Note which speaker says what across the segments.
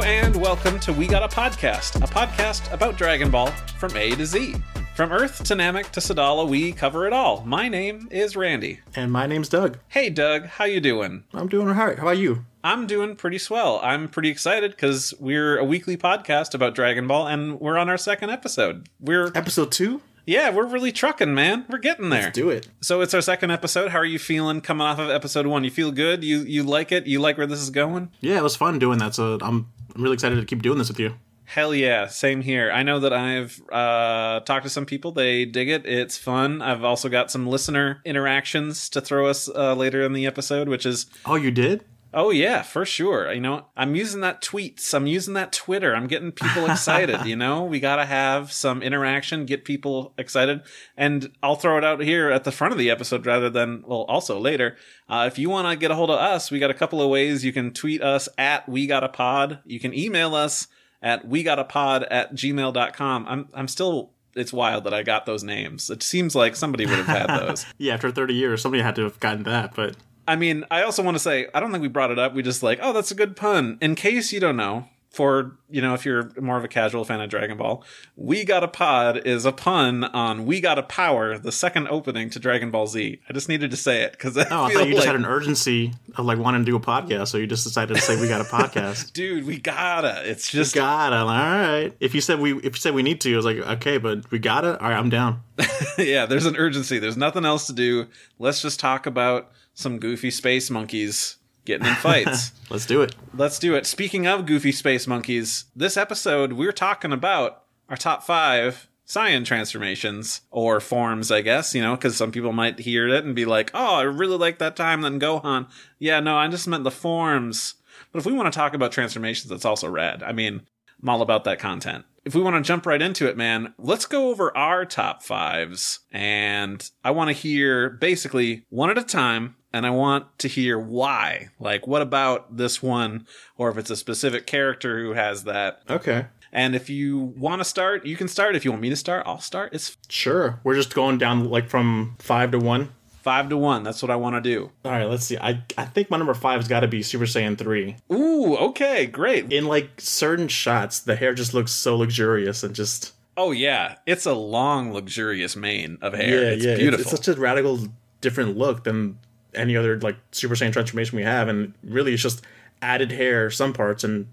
Speaker 1: welcome to We Got a Podcast, a podcast about Dragon Ball from A to Z. From Earth to Namek to Sadala, we cover it all. My name is Randy.
Speaker 2: And my name's Doug.
Speaker 1: Hey Doug, how you doing?
Speaker 2: I'm doing all right. How about you?
Speaker 1: I'm doing pretty swell. I'm pretty excited cuz we're a weekly podcast about Dragon Ball and we're on our second episode. We're
Speaker 2: Episode two?
Speaker 1: yeah, we're really trucking, man. We're getting there.
Speaker 2: Let's do it.
Speaker 1: So it's our second episode. How are you feeling coming off of episode 1? You feel good? You you like it? You like where this is going?
Speaker 2: Yeah, it was fun doing that. So I'm I'm really excited to keep doing this with you.
Speaker 1: Hell yeah, same here. I know that I've uh, talked to some people; they dig it. It's fun. I've also got some listener interactions to throw us uh, later in the episode, which is
Speaker 2: Oh, you did?
Speaker 1: oh yeah, for sure. You know, I'm using that tweets. I'm using that Twitter. I'm getting people excited. you know, we gotta have some interaction, get people excited, and I'll throw it out here at the front of the episode rather than well, also later. Uh, if you want to get a hold of us, we got a couple of ways. You can tweet us at we got a pod. You can email us at we got a pod at gmail.com. I'm, I'm still, it's wild that I got those names. It seems like somebody would have had those.
Speaker 2: Yeah, after 30 years, somebody had to have gotten that. But
Speaker 1: I mean, I also want to say, I don't think we brought it up. We just like, oh, that's a good pun. In case you don't know, for, you know, if you're more of a casual fan of Dragon Ball, we got a pod is a pun on we got a power, the second opening to Dragon Ball Z. I just needed to say it because I
Speaker 2: oh, I
Speaker 1: feel
Speaker 2: thought you
Speaker 1: like,
Speaker 2: just had an urgency of like wanting to do a podcast. So you just decided to say we got a podcast.
Speaker 1: dude, we gotta. It's just
Speaker 2: Gotta, all right. If you said we, if you said we need to, I was like, okay, but we gotta. All right, I'm down.
Speaker 1: yeah, there's an urgency. There's nothing else to do. Let's just talk about some goofy space monkeys getting in fights.
Speaker 2: Let's do it.
Speaker 1: Let's do it. Speaking of goofy space monkeys, this episode we're talking about our top five Saiyan transformations or forms, I guess, you know, because some people might hear it and be like, oh, I really like that time, then Gohan. Yeah, no, I just meant the forms. But if we want to talk about transformations, that's also rad. I mean, I'm all about that content. If we want to jump right into it, man, let's go over our top fives. And I want to hear basically one at a time. And I want to hear why. Like, what about this one? Or if it's a specific character who has that.
Speaker 2: Okay,
Speaker 1: And if you want to start, you can start. If you want me to start, I'll start. It's
Speaker 2: sure. We're just going down like from five to one.
Speaker 1: five to one. That's what I want to do.
Speaker 2: All right, let's see. I I think my number five's got to be Super Saiyan three.
Speaker 1: Ooh, okay, great.
Speaker 2: in like certain shots the hair just looks so luxurious and just
Speaker 1: Oh, yeah. It's a long, luxurious mane of hair. it's
Speaker 2: it's-
Speaker 1: beautiful.
Speaker 2: It's, such a radical different look than any other like super saiyan transformation we have and really it's just added hair some parts and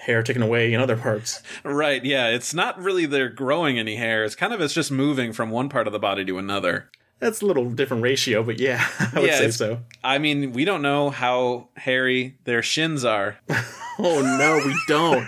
Speaker 2: hair taken away in other parts
Speaker 1: Right, yeah. It's not really they're growing any hair. It's kind of it's just moving from one part of the body to another.
Speaker 2: that's a little different ratio but yeah i would
Speaker 1: Yeah,
Speaker 2: say
Speaker 1: it's-
Speaker 2: so
Speaker 1: I mean, we don't know how hairy their shins are.
Speaker 2: oh no we don't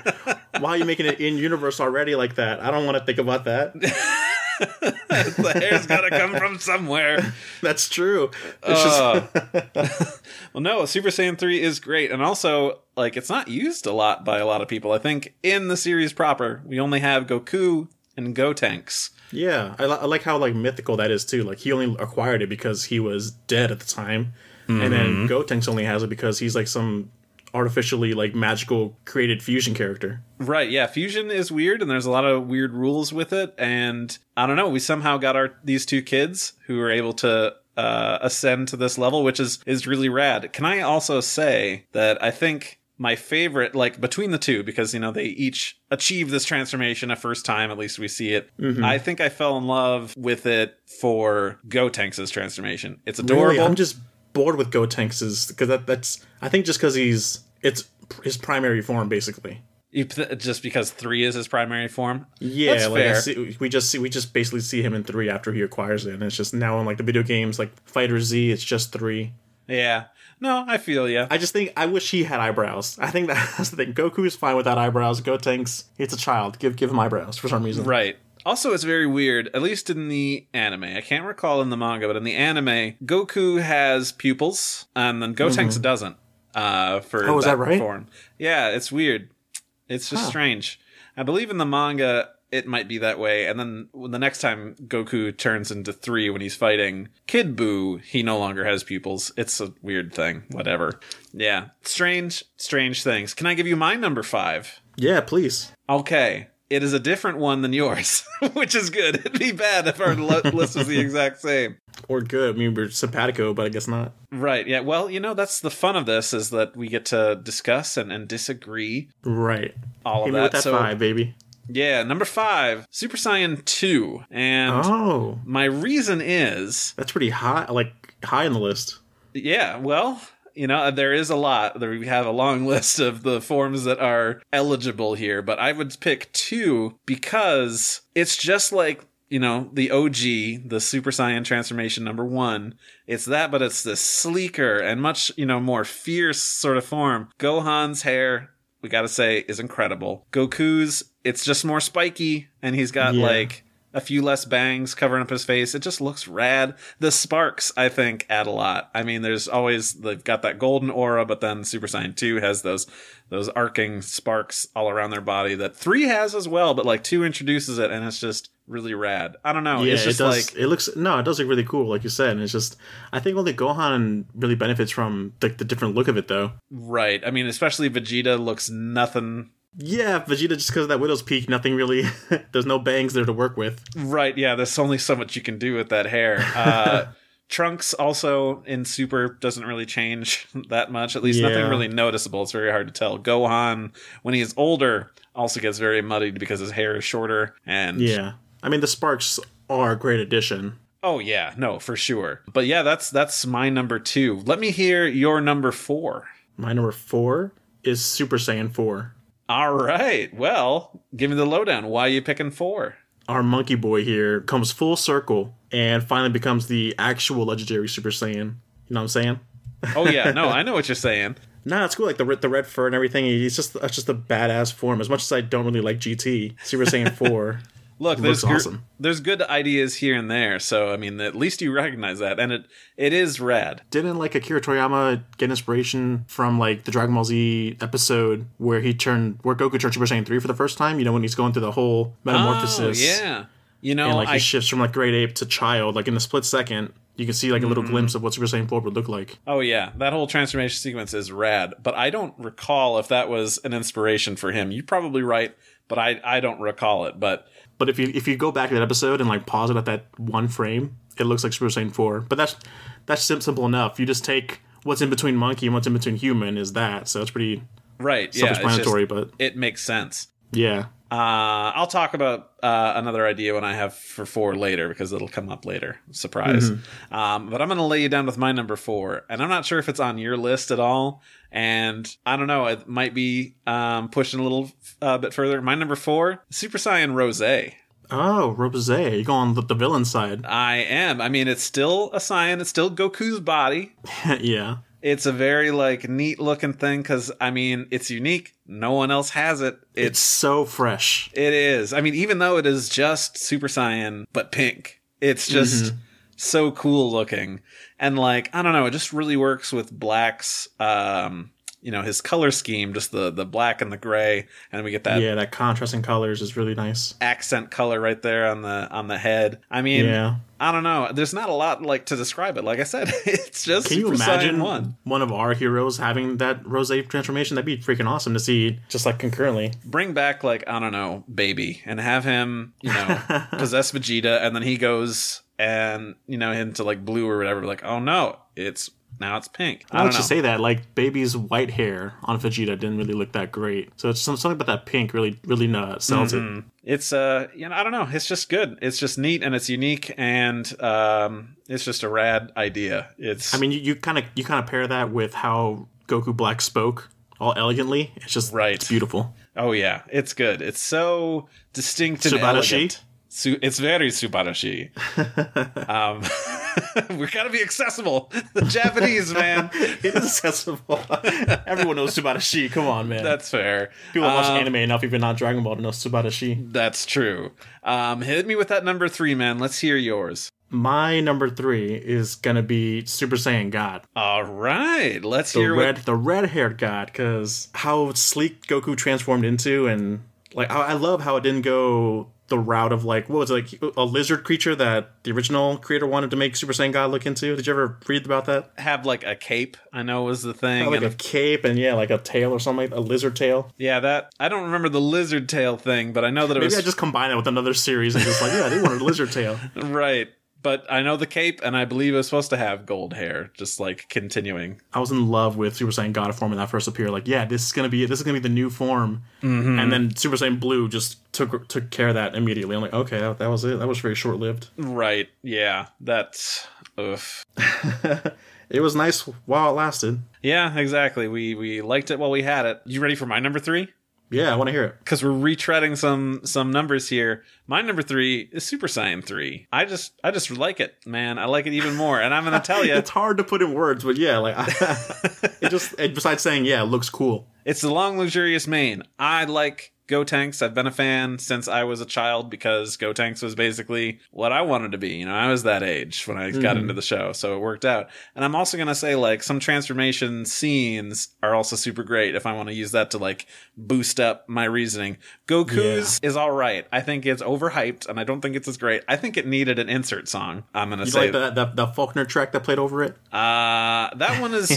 Speaker 2: why are you making it in universe already like that i don't want to think about that
Speaker 1: the hair's got to come from somewhere.
Speaker 2: that's true it's just
Speaker 1: Uh, well, no, Super Saiyan 3 is great. And also, like, it's not used a lot by a lot of people. I think in the series proper, we only have Goku and Gotenks.
Speaker 2: Yeah, I, li- I like how like mythical that is too. Like he only acquired it because he was dead at the time, and
Speaker 1: Mm-hmm.
Speaker 2: then Gotenks only has it because he's like some artificially like magical created fusion character.
Speaker 1: Right, yeah, fusion is weird and there's a lot of weird rules with it and I don't know, we somehow got our these two kids who were able to uh ascend to this level which is is really rad. Can I also say that I think my favorite like between the two because you know they each achieve this transformation a first time at least we see it.
Speaker 2: Mm-hmm.
Speaker 1: I think I fell in love with it for Gotenks' transformation. It's adorable.
Speaker 2: Really, I'm just bored with Gotenks because that that's I think just because he's it's pr- his primary form basically.
Speaker 1: You p- just because 3 is his primary form.
Speaker 2: Yeah,
Speaker 1: That's
Speaker 2: like I
Speaker 1: fair.
Speaker 2: see, we just see we just basically see him in three after he acquires it, and it's just now in like the video games like Fighter Z, it's just three.
Speaker 1: Yeah. No, I feel you.
Speaker 2: I just think I wish he had eyebrows. I think that's the thing. Goku's fine without eyebrows. Gotenks, it's a child. Give give him eyebrows for some reason.
Speaker 1: Right. Also, it's very weird, at least in the anime. I can't recall in the manga, but in the anime, Goku has pupils, and then Gotenks doesn't. Uh, for
Speaker 2: Mm-hmm. Oh, is that right?
Speaker 1: Form. Yeah, it's weird. It's just strange. I believe in the manga, it might be that way. And then when the next time Goku turns into three when he's fighting Kid Buu, he no longer has pupils. It's a weird thing. Whatever. Yeah. Strange, strange things. Can I give you my number five?
Speaker 2: Yeah, please.
Speaker 1: Okay. It is a different one than yours, which is good. It'd be bad if our lo- list was the exact same.
Speaker 2: Or good. I mean, we're simpatico, but I guess not.
Speaker 1: Right. Yeah. Well, you know, that's the fun of this is that we get to discuss and, and disagree
Speaker 2: Right.
Speaker 1: all
Speaker 2: Hit
Speaker 1: of
Speaker 2: me
Speaker 1: that.
Speaker 2: with that
Speaker 1: so,
Speaker 2: five, baby.
Speaker 1: yeah, number five, Super Saiyan 2. And
Speaker 2: Oh,
Speaker 1: my reason is
Speaker 2: that's pretty high. Like high on the list.
Speaker 1: Yeah, well, you know, there is a lot. There, we have a long list of the forms that are eligible here, but I would pick two because it's just like, you know, the OG, the Super Saiyan transformation number one. It's that, but it's this sleeker and much, you know, more fierce sort of form. Gohan's hair, we gotta say, is incredible. Goku's, it's just more spiky, and he's got
Speaker 2: Yeah.
Speaker 1: like a few less bangs covering up his face. It just looks rad. The sparks, I think, add a lot. I mean, there's always they've got that golden aura, but then Super Saiyan 2 has those those arcing sparks all around their body that 3 has as well, but like 2 introduces it and it's just really rad. I don't know.
Speaker 2: Yeah,
Speaker 1: Oh, it's just
Speaker 2: it does.
Speaker 1: like
Speaker 2: it looks no, it does look really cool, like you said. And it's just, I think only Gohan really benefits from like the different look of it, though.
Speaker 1: right. I mean, especially Vegeta looks nothing
Speaker 2: Yeah, Vegeta just because of that widow's peak, nothing really. there's no bangs there to work with.
Speaker 1: Right, yeah, there's only so much you can do with that hair. Uh, Trunks also in Super doesn't really change that much, at least nothing
Speaker 2: Yeah.
Speaker 1: really noticeable. It's very hard to tell. Gohan, when he is older, also gets very muddied because his hair is shorter. And
Speaker 2: Yeah, I mean the sparks are a great addition.
Speaker 1: oh, yeah, no, for sure. But yeah, that's that's my number two. Let me hear your number four.
Speaker 2: My number four is Super Saiyan four.
Speaker 1: All right, well, give me the lowdown. Why are you picking four?
Speaker 2: Our monkey boy here comes full circle and finally becomes the actual legendary Super Saiyan. You know what I'm saying?
Speaker 1: Oh, yeah, no, I know what you're saying.
Speaker 2: Nah, it's cool. Like the red- the red fur and everything. He's just that's just a badass form. As much as I don't really like GT, Super Saiyan four.
Speaker 1: Look, there's
Speaker 2: looks
Speaker 1: gr-
Speaker 2: awesome.
Speaker 1: there's good ideas here and there. So I mean, at least you recognize that, and it it is rad.
Speaker 2: Didn't like Akira Toriyama get inspiration from like the Dragon Ball Z episode where he turned where Goku turned Super Saiyan three for the first time? You know when he's going through the whole metamorphosis.
Speaker 1: Oh, yeah, you know,
Speaker 2: And like
Speaker 1: Oh, I,
Speaker 2: he shifts from like grade ape to child, like in a split second, you can see like a little
Speaker 1: Mm-hmm.
Speaker 2: glimpse of what Super Saiyan four would look like.
Speaker 1: oh yeah, that whole transformation sequence is rad. But I don't recall if that was an inspiration for him. You're probably right, but I I don't recall it. But
Speaker 2: But if you if you go back to that episode and like pause it at that one frame, it looks like Super Saiyan four. But that's that's sim- simple enough. You just take what's in between monkey and what's in between human is that. So it's pretty
Speaker 1: right, yeah, it's just-
Speaker 2: self-explanatory, but
Speaker 1: it makes sense.
Speaker 2: yeah.
Speaker 1: Uh, I'll talk about uh, another idea when I have for four later because it'll come up later. Surprise. Um, but I'm going to lay you down with my number four, and I'm not sure if it's on your list at all. And I don't know, it might be um, pushing a little uh, bit further. My number four, Super Saiyan Rose.
Speaker 2: Oh, Rose, you go on the, the villain side.
Speaker 1: I am. I mean, it's still a Saiyan. It's still Goku's body.
Speaker 2: yeah.
Speaker 1: It's a very like neat looking thing because I mean, it's unique. No one else has it.
Speaker 2: It's so fresh.
Speaker 1: It is. I mean, even though it is just Super Saiyan, but pink, it's just
Speaker 2: Mm-hmm.
Speaker 1: so cool looking. And like, I don't know, it just really works with Black's, um, you know, his color scheme, just the, the black and the gray. And we get that
Speaker 2: Yeah, that contrast in colors is really nice.
Speaker 1: accent color right there on the, on the head. I mean,
Speaker 2: Yeah.
Speaker 1: I don't know. There's not a lot like to describe it. Like I said, it's just
Speaker 2: Can
Speaker 1: Super
Speaker 2: you imagine
Speaker 1: Saiyan 1.
Speaker 2: one of our heroes having that rose transformation? That'd be freaking awesome to see just like concurrently.
Speaker 1: bring back like I don't know, baby, and have him you know possess Vegeta, and then he goes and you know into like blue or whatever. Like, oh no, it's now it's pink. I
Speaker 2: I
Speaker 1: don't
Speaker 2: let
Speaker 1: know.
Speaker 2: you say that, like baby's white hair on Vegeta didn't really look that great. So it's some, something about that pink really really uh, sells
Speaker 1: Mm-hmm.
Speaker 2: it.
Speaker 1: it's uh, you know, I don't know. It's just good. It's just neat and it's unique and um, it's just a rad idea. It's
Speaker 2: I mean, you kind of you kind of pair that with how Goku Black spoke all elegantly. It's just
Speaker 1: Right.
Speaker 2: It's beautiful.
Speaker 1: oh yeah, it's good. It's so distinct and
Speaker 2: Subarashi?
Speaker 1: elegant. Su- it's very Subarashi. um, we gotta be accessible. The Japanese man.
Speaker 2: it is accessible. Everyone knows Tsubarashi. Come on, man.
Speaker 1: That's fair.
Speaker 2: People watch
Speaker 1: Um,
Speaker 2: anime enough, even not Dragon Ball, to know Tsubarashi.
Speaker 1: That's true. Um, hit me with that number three, man. Let's hear yours.
Speaker 2: My number three is gonna be Super Saiyan God,
Speaker 1: All right, let's
Speaker 2: the
Speaker 1: hear
Speaker 2: red,
Speaker 1: what.
Speaker 2: the red-haired God, because how sleek Goku transformed into, and like I, I love how it didn't go the route of like what was it like a lizard creature that the original creator wanted to make Super Saiyan God look into. Did you ever read about that?
Speaker 1: Have like a cape, I know was the thing.
Speaker 2: Had, like
Speaker 1: and
Speaker 2: a cape and yeah, like a tail or something, like a lizard tail.
Speaker 1: yeah, that I don't remember the lizard tail thing, but I know that it
Speaker 2: Maybe
Speaker 1: was
Speaker 2: I just combine it with another series and just like yeah, they wanted a lizard tail.
Speaker 1: right. But I know the cape, and I believe it was supposed to have gold hair, just like continuing.
Speaker 2: I was in love with Super Saiyan God form when that first appeared. Like, yeah, this is gonna be this is gonna be the new form. And then Super Saiyan Blue just took took care of that immediately. I'm like, okay, that, that was it. That was very short lived.
Speaker 1: Right. Yeah. That's. Oof.
Speaker 2: It was nice while it lasted.
Speaker 1: Yeah, exactly. We we liked it while we had it. You ready for my number three?
Speaker 2: Yeah, I want to hear it.
Speaker 1: Because we're retreading some some numbers here. My number three is Super Saiyan three. I just I just like it, man. I like it even more, and I'm gonna tell you,
Speaker 2: It's hard to put in words, but yeah, like it just it, besides saying yeah, it looks cool.
Speaker 1: it's the long luxurious mane. I like Go Tanks. I've been a fan since I was a child because Go Tanks was basically what I wanted to be. You know, I was that age when I
Speaker 2: Mm-hmm.
Speaker 1: got into the show, so it worked out. And I'm also gonna say like some transformation scenes are also super great if I want to use that to like boost up my reasoning. Goku's is all right. I think it's overhyped, and I don't think it's as great. I think it needed an insert song. I'm gonna
Speaker 2: You
Speaker 1: say
Speaker 2: like that that that Faulkner track that played over it?
Speaker 1: Uh, that one is.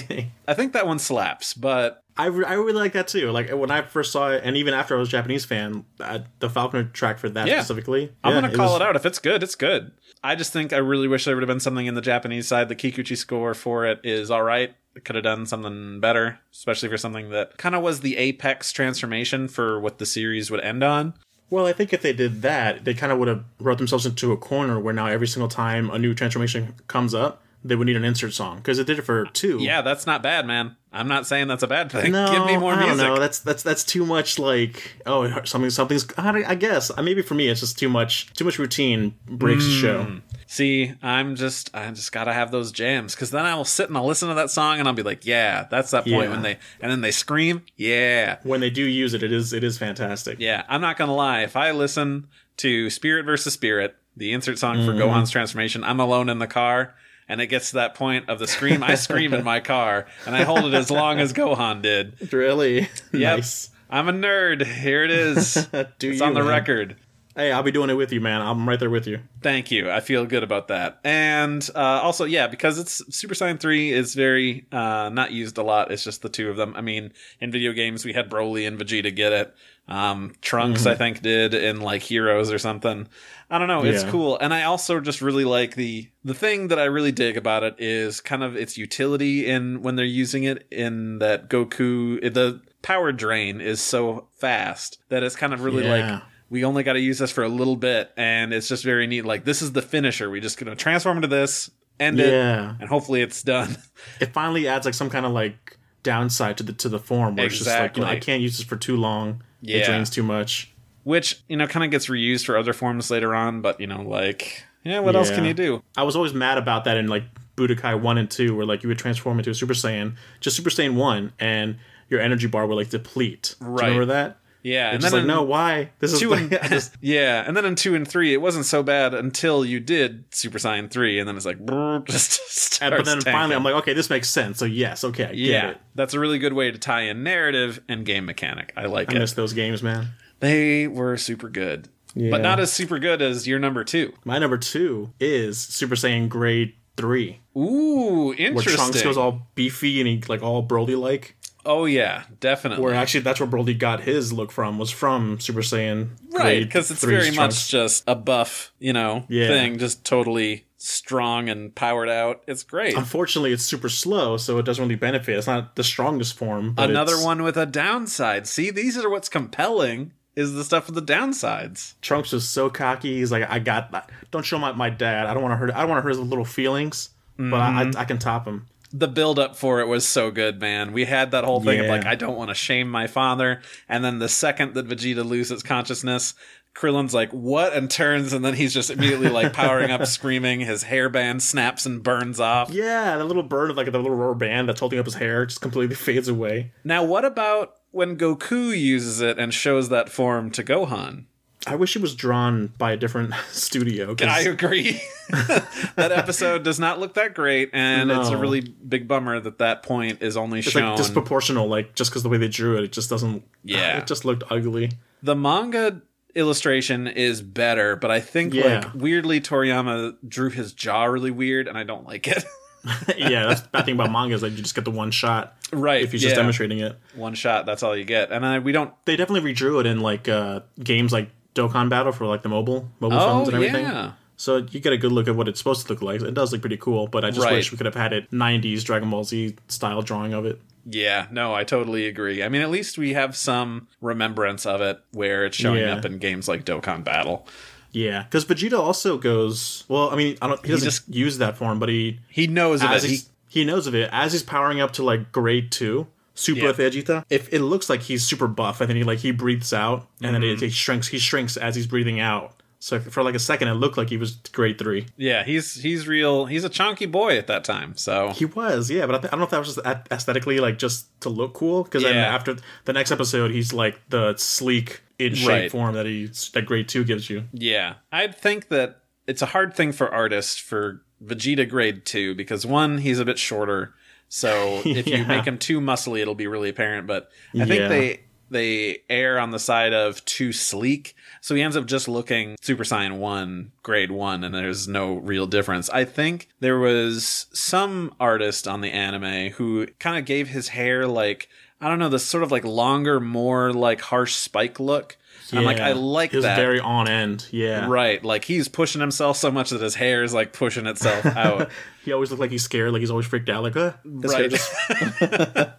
Speaker 1: I think that one slaps, but
Speaker 2: I, re- I really like that too. Like when I first saw it, and even after I was a Japanese fan, I, the Faulkner track for that
Speaker 1: Yeah.
Speaker 2: specifically.
Speaker 1: I'm gonna call it out. If it's good, it's good. I just think I really wish there would have been something in the Japanese side. The Kikuchi score for it is all right. It could have done something better, especially for something that kind of was the apex transformation for what the series would end on.
Speaker 2: Well, I think if they did that, they kind of would have wrote themselves into a corner where now every single time a new transformation comes up, they would need an insert song because it did it for two.
Speaker 1: Yeah, that's not bad, man. I'm not saying that's a bad thing.
Speaker 2: No,
Speaker 1: Give me more
Speaker 2: I don't
Speaker 1: music.
Speaker 2: know. That's that's that's too much. Like, oh, something, something's. I, don't- I guess Uh, maybe for me, it's just too much. Too much routine breaks the
Speaker 1: Hmm.
Speaker 2: show.
Speaker 1: See, I'm just, I just gotta have those jams because then I will sit and I'll listen to that song and I'll be like, yeah, that's that point
Speaker 2: Yeah.
Speaker 1: when they, and then they scream, yeah.
Speaker 2: When they do use it, it is it is fantastic.
Speaker 1: Yeah, I'm not gonna lie. If I listen to Spirit versus Spirit, the insert song for
Speaker 2: Mm-hmm.
Speaker 1: Gohan's transformation, I'm alone in the car, and it gets to that point of the scream. I scream in my car, and I hold it as long as Gohan did.
Speaker 2: Really
Speaker 1: Yep.
Speaker 2: nice.
Speaker 1: I'm a nerd. Here it is.
Speaker 2: Do
Speaker 1: it's
Speaker 2: you,
Speaker 1: on the
Speaker 2: man.
Speaker 1: record.
Speaker 2: Hey, I'll be doing it with you, man. I'm right there with you.
Speaker 1: Thank you. I feel good about that. And uh, also, yeah, because it's Super Saiyan 3 is very uh, not used a lot. It's just the two of them. I mean, in video games, we had Broly and Vegeta get it. Um, Trunks,
Speaker 2: Mm-hmm.
Speaker 1: I think, did in like Heroes or something. I don't know. It's
Speaker 2: Yeah.
Speaker 1: cool. And I also just really like the the thing that I really dig about it is kind of its utility in when they're using it in that Goku the power drain is so fast that it's kind of really
Speaker 2: Yeah.
Speaker 1: like we only got to use this for a little bit and it's just very neat like this is the finisher we just gonna transform into this end it
Speaker 2: Yeah.
Speaker 1: and hopefully it's done
Speaker 2: it finally adds like some kind of like downside to the to the form where it's just like you know I
Speaker 1: Exactly.
Speaker 2: can't use this for too long.
Speaker 1: Yeah.
Speaker 2: It drains too much.
Speaker 1: which you know kind of gets reused for other forms later on but you know like yeah what else can
Speaker 2: Yeah.
Speaker 1: you do
Speaker 2: I was always mad about that in like Budokai one and two, where like you would transform into a Super Saiyan, just Super Saiyan one, and your energy bar would like deplete. Do you
Speaker 1: Right.
Speaker 2: remember that?
Speaker 1: yeah and
Speaker 2: It's
Speaker 1: then
Speaker 2: like
Speaker 1: in
Speaker 2: no, why this is
Speaker 1: two and,
Speaker 2: I just-
Speaker 1: yeah and then in two and three it wasn't so bad until you did super saiyan 3 and then it's like brrr, just starts
Speaker 2: and- but then finally
Speaker 1: tanking.
Speaker 2: I'm like, okay, this makes sense. So yes, okay, I
Speaker 1: yeah
Speaker 2: get it.
Speaker 1: that's a really good way to tie in narrative and game mechanic i like
Speaker 2: I
Speaker 1: it
Speaker 2: miss those games, man.
Speaker 1: they were super good
Speaker 2: Yeah.
Speaker 1: but not as super good as your number two
Speaker 2: My number two is Super Saiyan Grade three,
Speaker 1: Ooh,
Speaker 2: where
Speaker 1: interesting.
Speaker 2: Trunks goes all beefy and he like all Broly like.
Speaker 1: oh yeah, definitely.
Speaker 2: Where actually, that's where Broly got his look from was from Super Saiyan.
Speaker 1: right,
Speaker 2: Grade
Speaker 1: because it's
Speaker 2: 3's
Speaker 1: very
Speaker 2: Trunks.
Speaker 1: much just a buff, you know,
Speaker 2: Yeah.
Speaker 1: thing, just totally strong and powered out. It's great.
Speaker 2: Unfortunately, it's super slow, so it doesn't really benefit. It's not the strongest form. But
Speaker 1: Another
Speaker 2: it's-
Speaker 1: one with a downside. See, these are what's compelling is the stuff with the downsides.
Speaker 2: Trunks was so cocky. He's like, "I got that. Don't show my, my dad. I don't want to hurt. I don't want to hurt his little feelings, but I,
Speaker 1: Mm-hmm.
Speaker 2: I, I can top him."
Speaker 1: The build up for it was so good, man. We had that whole thing of
Speaker 2: Yeah.
Speaker 1: like, I don't want to shame my father. And then the second that Vegeta loses consciousness, Krillin's like, what? And turns, and then he's just immediately like powering up, screaming. His hairband snaps and burns off.
Speaker 2: Yeah, that little bird of like the little rubber band that's holding up his hair just completely fades away.
Speaker 1: Now, what about when Goku uses it and shows that form to Gohan?
Speaker 2: I wish it was drawn by a different studio. 'cause-
Speaker 1: I agree. that episode does not look that great, and it's a
Speaker 2: No.
Speaker 1: really big bummer that that point is only
Speaker 2: it's
Speaker 1: shown.
Speaker 2: like disproportional, like just because the way they drew it, it just doesn't.
Speaker 1: Yeah.
Speaker 2: it just looked ugly.
Speaker 1: the manga illustration is better, but I think
Speaker 2: Yeah.
Speaker 1: like weirdly Toriyama drew his jaw really weird, and I don't like it.
Speaker 2: yeah, that's the bad thing about manga is that you just get the one shot
Speaker 1: right,
Speaker 2: if he's just demonstrating it.
Speaker 1: one shot, that's all you get, and I we don't.
Speaker 2: They definitely redrew it in like uh, games like Dokkan Battle for like the mobile mobile phones
Speaker 1: Oh
Speaker 2: and everything.
Speaker 1: yeah,
Speaker 2: So you get a good look at what it's supposed to look like. It does look pretty cool, but I just
Speaker 1: Right.
Speaker 2: wish we could have had it 90s Dragon Ball Z style drawing of it.
Speaker 1: yeah. No, I totally agree. I mean, at least we have some remembrance of it where it's showing
Speaker 2: Yeah.
Speaker 1: up in games like Dokkan Battle.
Speaker 2: Yeah, because Vegeta also goes. Well, I mean, I don't. He doesn't
Speaker 1: just-
Speaker 2: use that form, but he
Speaker 1: He knows
Speaker 2: as
Speaker 1: about he,
Speaker 2: he's, he knows of it as he's powering up to like grade two. Super
Speaker 1: Yeah.
Speaker 2: Vegeta. If it looks like he's super buff, and then he like he breathes out, and then
Speaker 1: Mm-hmm.
Speaker 2: it, it shrinks. He shrinks as he's breathing out. So for like a second, it looked like he was grade three.
Speaker 1: yeah, he's he's real. He's a chunky boy at that time. So
Speaker 2: He was, yeah, but I, th- I don't know if that was just a- aesthetically like just to look cool. Because then
Speaker 1: Yeah.
Speaker 2: after the next episode, he's like the sleek in shape
Speaker 1: Right.
Speaker 2: form that he that grade two gives you.
Speaker 1: Yeah. I'd think that it's a hard thing for artists for Vegeta grade two because one, he's a bit shorter. So if you
Speaker 2: Yeah.
Speaker 1: make him too muscly, it'll be really apparent. But I think
Speaker 2: Yeah.
Speaker 1: they they err on the side of too sleek. So he ends up just looking Super Saiyan 1, grade 1, and there's no real difference. I think there was some artist on the anime who kind of gave his hair like, I don't know, this sort of like longer, more like harsh spike look. And I'm like,
Speaker 2: Yeah.
Speaker 1: I like
Speaker 2: He was
Speaker 1: that.
Speaker 2: very on end. Yeah,
Speaker 1: Right, like he's pushing himself so much that his hair is like pushing itself out.
Speaker 2: he always looked like he's scared, like he's always freaked out, like uh, his hair
Speaker 1: Right.
Speaker 2: just-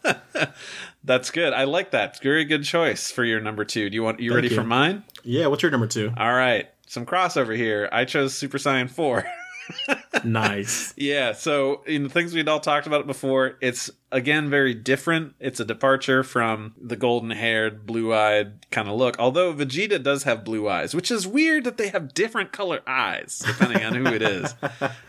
Speaker 1: That's good. I like that. Very good choice for your number two. Do you want you ready
Speaker 2: you.
Speaker 1: for mine?
Speaker 2: yeah. What's your number two?
Speaker 1: All right. Some crossover here. I chose Super Saiyan 4.
Speaker 2: nice.
Speaker 1: yeah, so in the things we'd all talked about before, it's again very different. It's a departure from the golden haired, blue eyed kind of look. Although Vegeta does have blue eyes, which is weird that they have different color eyes depending on who it is.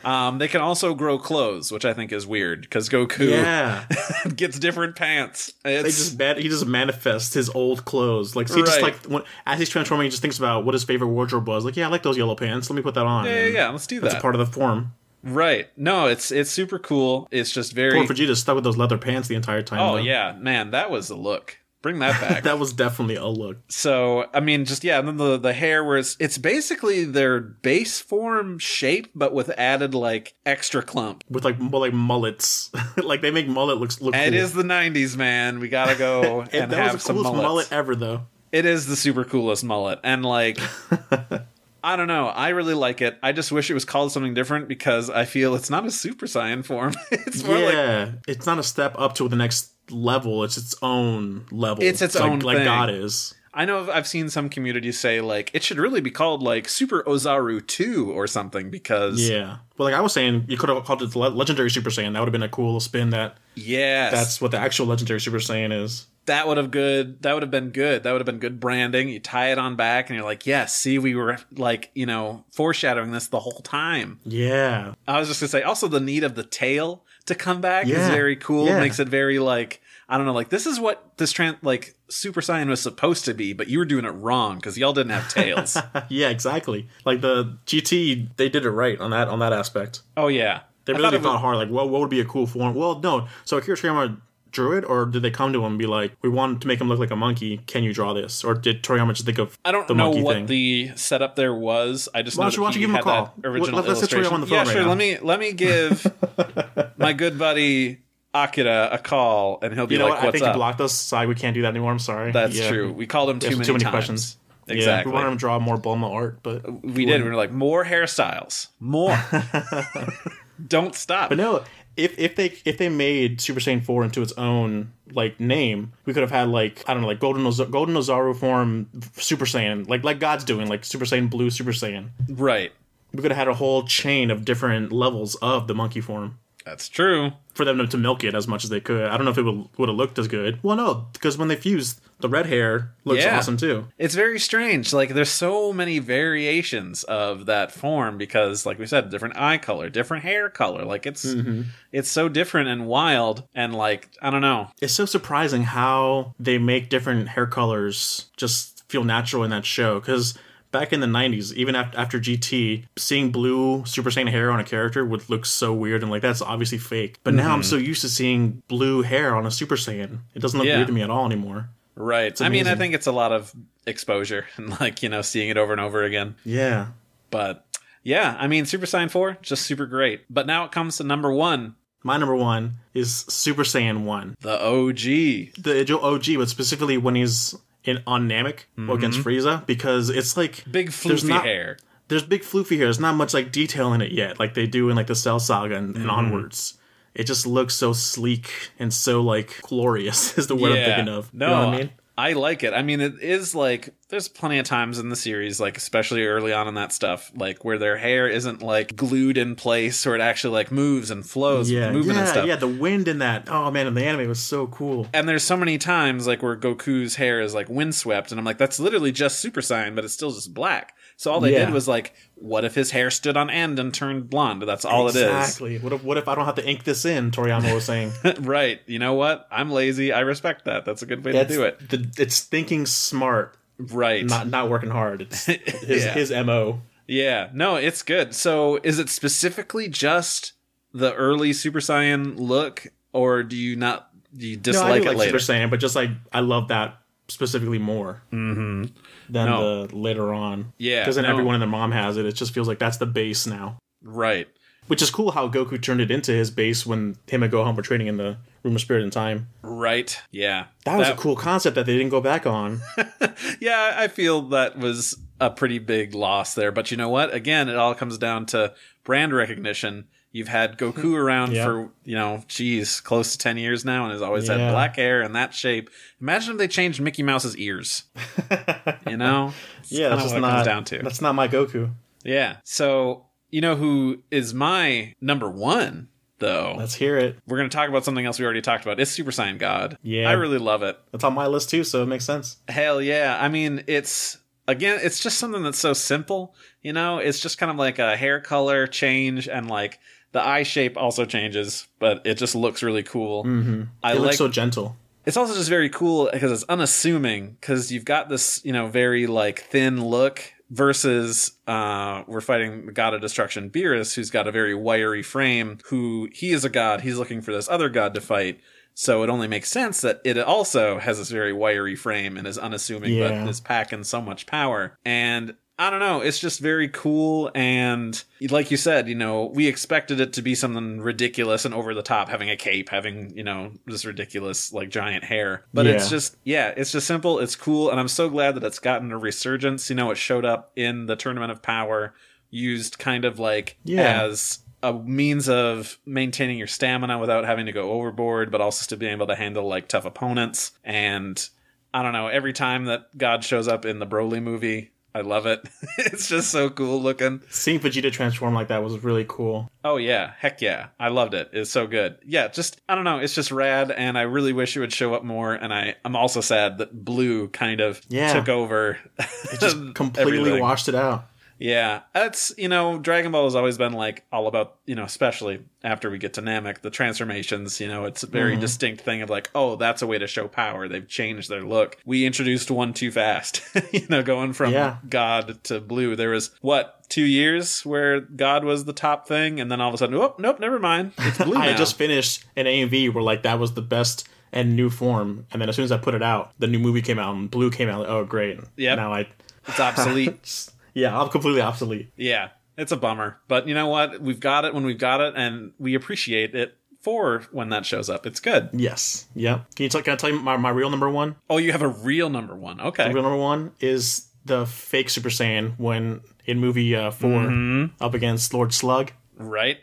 Speaker 1: Um, they can also grow clothes, which I think is weird because Goku.
Speaker 2: Yeah,
Speaker 1: gets different pants.
Speaker 2: they
Speaker 1: It's
Speaker 2: just man- he just manifests his old clothes. Like so he just
Speaker 1: Right.
Speaker 2: like when, as he's transforming, he just thinks about what his favorite wardrobe was. Like yeah, I like those yellow pants. Let me put that on.
Speaker 1: yeah, yeah, yeah, Let's do
Speaker 2: That's
Speaker 1: that.
Speaker 2: a part of the form.
Speaker 1: right? No, it's it's super cool. It's just
Speaker 2: Poor
Speaker 1: very.
Speaker 2: Vegeta stuck with those leather pants the entire time.
Speaker 1: Oh
Speaker 2: though.
Speaker 1: yeah, man, that was the look. Bring that back.
Speaker 2: That was definitely a look.
Speaker 1: so I mean, just yeah, and then the the hair where it's it's basically their base form shape, but with added like extra clump.
Speaker 2: with like more like mullets. like they make mullet looks look.
Speaker 1: It
Speaker 2: cool.
Speaker 1: is the '90s, man. We gotta go
Speaker 2: It-
Speaker 1: and
Speaker 2: that
Speaker 1: have
Speaker 2: was the
Speaker 1: some
Speaker 2: coolest
Speaker 1: mullets.
Speaker 2: mullet ever, though.
Speaker 1: It is the super coolest mullet, and like. I don't know. I really like it. I just wish it was called something different because I feel it's not a Super Saiyan form. It's more like
Speaker 2: yeah, it's not a step up to the next level. It's its own level.
Speaker 1: It's its
Speaker 2: like,
Speaker 1: own
Speaker 2: like
Speaker 1: thing.
Speaker 2: God is.
Speaker 1: I know I've- I've seen some communities say like it should really be called like Super Ozaru 2 or something because
Speaker 2: Yeah. Well, like I was saying, you could have called it the Le- Legendary Super Saiyan. That would have been a cool spin. That
Speaker 1: yes
Speaker 2: that's what the actual Legendary Super Saiyan is.
Speaker 1: that would have good that would have been good that would have been good branding you tie it on back and you're like yes see we were like you know foreshadowing this the whole time
Speaker 2: Yeah.
Speaker 1: I was just gonna say also the need of the tail to come back is
Speaker 2: Yeah,
Speaker 1: very cool
Speaker 2: yeah.
Speaker 1: makes it very like I don't know like this is what this tran like Super Saiyan was supposed to be but you were doing it wrong because y'all didn't have tails
Speaker 2: yeah. Exactly. Like the GT, they did it right on that on that aspect.
Speaker 1: oh yeah
Speaker 2: They
Speaker 1: I
Speaker 2: really
Speaker 1: thought
Speaker 2: thought,
Speaker 1: it was-
Speaker 2: hard, like, well, what would be a cool form? Well, no. So Akira Toriyama drew it, or did they come to him and be like, we wanted to make him look like a monkey. Can you draw this? Or did Toriyama just think of
Speaker 1: I don't
Speaker 2: the
Speaker 1: know
Speaker 2: monkey
Speaker 1: what
Speaker 2: thing?
Speaker 1: the setup there was. I just
Speaker 2: Why
Speaker 1: know
Speaker 2: don't you-
Speaker 1: that
Speaker 2: why
Speaker 1: he
Speaker 2: don't you give him a
Speaker 1: had
Speaker 2: call?
Speaker 1: that original
Speaker 2: Let- let's get Troy
Speaker 1: illustration.
Speaker 2: on the
Speaker 1: yeah,
Speaker 2: phone right
Speaker 1: sure.
Speaker 2: now.
Speaker 1: Let me let me give my good buddy Akira a call, and he'll be
Speaker 2: You know
Speaker 1: like,
Speaker 2: what? I
Speaker 1: "What's
Speaker 2: think
Speaker 1: up?"
Speaker 2: he blocked us. Sorry, we can't do that anymore. I'm sorry.
Speaker 1: That's
Speaker 2: Yeah.
Speaker 1: true. We called him too
Speaker 2: have
Speaker 1: many,
Speaker 2: too many
Speaker 1: times.
Speaker 2: questions. Yeah,
Speaker 1: Exactly.
Speaker 2: we wanted him to draw more Bulma art, but
Speaker 1: we did. We were like, more hairstyles, more. don't stop.
Speaker 2: But no, if if they if they made Super Saiyan four into its own like name, we could have had like I don't know, like Golden Oza- Golden Ozaru form Super Saiyan, like like God's doing, like Super Saiyan Blue, Super Saiyan.
Speaker 1: Right.
Speaker 2: we could have had a whole chain of different levels of the monkey form
Speaker 1: That's true.
Speaker 2: for them to, to milk it as much as they could. I don't know if it would, would have looked as good. Well, no, because when they fused, the red hair looks
Speaker 1: Yeah.
Speaker 2: awesome too.
Speaker 1: It's very strange. Like there's so many variations of that form because, like we said, different eye color, different hair color. Like it's
Speaker 2: Mm-hmm.
Speaker 1: it's so different and wild. And like I don't know.
Speaker 2: It's so surprising how they make different hair colors just feel natural in that show. Because back in the 90s, even after, after GT, seeing blue Super Saiyan hair on a character would look so weird and like that's obviously
Speaker 1: Mm-hmm.
Speaker 2: fake. But now I'm so used to seeing blue hair on a Super Saiyan. It doesn't look
Speaker 1: Yeah.
Speaker 2: weird to me at all anymore.
Speaker 1: Right. I mean, I
Speaker 2: amazing.
Speaker 1: think it's a lot of exposure and like, you know, seeing it over and over again.
Speaker 2: Yeah.
Speaker 1: But yeah, I mean, Super Saiyan 4, just super great. But now it comes to number one,
Speaker 2: My number one is Super Saiyan 1.
Speaker 1: the OG.
Speaker 2: The Ijo OG, but specifically when he's in on Namek or against Frieza, because it's like
Speaker 1: Mm-hmm. Big
Speaker 2: there's
Speaker 1: floofy
Speaker 2: not-
Speaker 1: hair.
Speaker 2: There's big floofy here. There's not much like detail in it yet, like they do in like the Cell Saga and,
Speaker 1: Mm-hmm.
Speaker 2: and onwards. It just looks so sleek and so like glorious is the word I'm thinking of. You
Speaker 1: No,
Speaker 2: know what I mean?
Speaker 1: I like it. I mean, it is like there's plenty of times in the series, like especially early on in that stuff, like where their hair isn't like glued in place, or it actually like moves and flows, with
Speaker 2: Yeah,
Speaker 1: the movement
Speaker 2: yeah,
Speaker 1: and stuff.
Speaker 2: yeah. The wind in that. Oh man, and the anime was so cool.
Speaker 1: And there's so many times like where Goku's hair is like windswept, and I'm like, that's literally just Super Saiyan, but it's still just black. So all they
Speaker 2: Yeah.
Speaker 1: did was like, what if his hair stood on end and turned blonde? That's all
Speaker 2: exactly. What if what if I don't have to ink this in? Toriyama was saying.
Speaker 1: it is. right. You know what? I'm lazy. I respect that. That's a good way to do it.
Speaker 2: The, it's thinking smart,
Speaker 1: Right.
Speaker 2: not not working hard. It's his
Speaker 1: Yeah.
Speaker 2: his mo.
Speaker 1: Yeah, no, it's good. So, is it specifically just the early Super Saiyan look, or do you not do you
Speaker 2: No,
Speaker 1: dislike
Speaker 2: I do
Speaker 1: it
Speaker 2: like
Speaker 1: later?
Speaker 2: Super Saiyan, but just like I love that specifically more than
Speaker 1: No.
Speaker 2: the later on.
Speaker 1: Mm-hmm. Yeah,
Speaker 2: because then
Speaker 1: no.
Speaker 2: everyone and their mom has it. It just feels like that's the base now,
Speaker 1: Right.
Speaker 2: which is cool. How Goku turned it into his base when him and Gohan were training in the Room of Spirit and Time.
Speaker 1: Right. Yeah.
Speaker 2: That was a cool concept that they didn't go back on.
Speaker 1: Yeah, I feel that was a pretty big loss there, but you know what? Again, it all comes down to brand recognition. You've had Goku around
Speaker 2: Hmm. Yeah.
Speaker 1: for, you know, geez, close to 10 years now and has always had
Speaker 2: Yeah.
Speaker 1: black hair and that shape. Imagine if they changed Mickey Mouse's ears. you know? It's
Speaker 2: yeah,
Speaker 1: kinda
Speaker 2: that's just
Speaker 1: what it
Speaker 2: not
Speaker 1: comes down to.
Speaker 2: that's not my Goku.
Speaker 1: Yeah. So, you know who is my number one, though?
Speaker 2: Let's hear it.
Speaker 1: We're going to talk about something else we already talked about. It's Super Saiyan God.
Speaker 2: Yeah.
Speaker 1: I really love it.
Speaker 2: That's on my list too, so it makes sense.
Speaker 1: Hell yeah. I mean, it's, again, it's just something that's so simple. You know, it's just kind of like a hair color change and like the eye shape also changes, but it just looks really cool. Mm-hmm. I
Speaker 2: Mm,
Speaker 1: like
Speaker 2: It looks so gentle.
Speaker 1: it's also just very cool because it's unassuming because you've got this you know very like thin look versus uh we're fighting the god of destruction beerus who's got a very wiry frame who he is a god he's looking for this other god to fight so it only makes sense that it also has this very wiry frame and is unassuming
Speaker 2: Yeah.
Speaker 1: but is packing so much power and I don't know. It's just very cool. And like you said, you know, we expected it to be something ridiculous and over the top, having a cape, having, you know, this ridiculous, like, giant hair. But it's
Speaker 2: Yeah.
Speaker 1: just, yeah, it's just simple. It's cool. And I'm so glad that it's gotten a resurgence. You know, it showed up in the Tournament of Power, used kind of like
Speaker 2: Yeah.
Speaker 1: as a means of maintaining your stamina without having to go overboard, but also still being able to handle, like, tough opponents. And I don't know, every time that God shows up in the Broly movie, I love it. it's just so cool looking.
Speaker 2: Seeing Vegeta transform like that was really cool.
Speaker 1: Oh yeah, heck yeah. I loved it. It's so good. Yeah, just I don't know, it's just rad and I really wish it would show up more and I I'm also sad that blue kind of
Speaker 2: Yeah.
Speaker 1: took over. It
Speaker 2: Just completely washed it out.
Speaker 1: Yeah, that's you know, Dragon Ball has always been like all about you know, especially after we get to Namek, the transformations. You know, it's a very
Speaker 2: Mm-hmm.
Speaker 1: distinct thing of like, oh, that's a way to show power. They've changed their look. We introduced one too fast. you know, going from
Speaker 2: Yeah.
Speaker 1: God to Blue, there was what two years where God was the top thing, and then all of a sudden, oh nope, never mind, it's Blue
Speaker 2: I
Speaker 1: now.
Speaker 2: had just finished an AMV where like that was the best and new form, and then as soon as I put it out, the new movie came out and Blue came out. Like, oh great!
Speaker 1: Yep.
Speaker 2: Now I,
Speaker 1: it's obsolete.
Speaker 2: yeah, I'm completely obsolete.
Speaker 1: Yeah, it's a bummer. But you know what? We've got it when we've got it, and we appreciate it for when that shows up. It's good.
Speaker 2: Yes. Yep. Can you tell? Can I tell you my, my real number one?
Speaker 1: Oh, you have a real number one. Okay.
Speaker 2: Real number one is the fake Super Saiyan when in movie uh, 4
Speaker 1: Mm-hmm.
Speaker 2: up against Lord Slug.
Speaker 1: Right?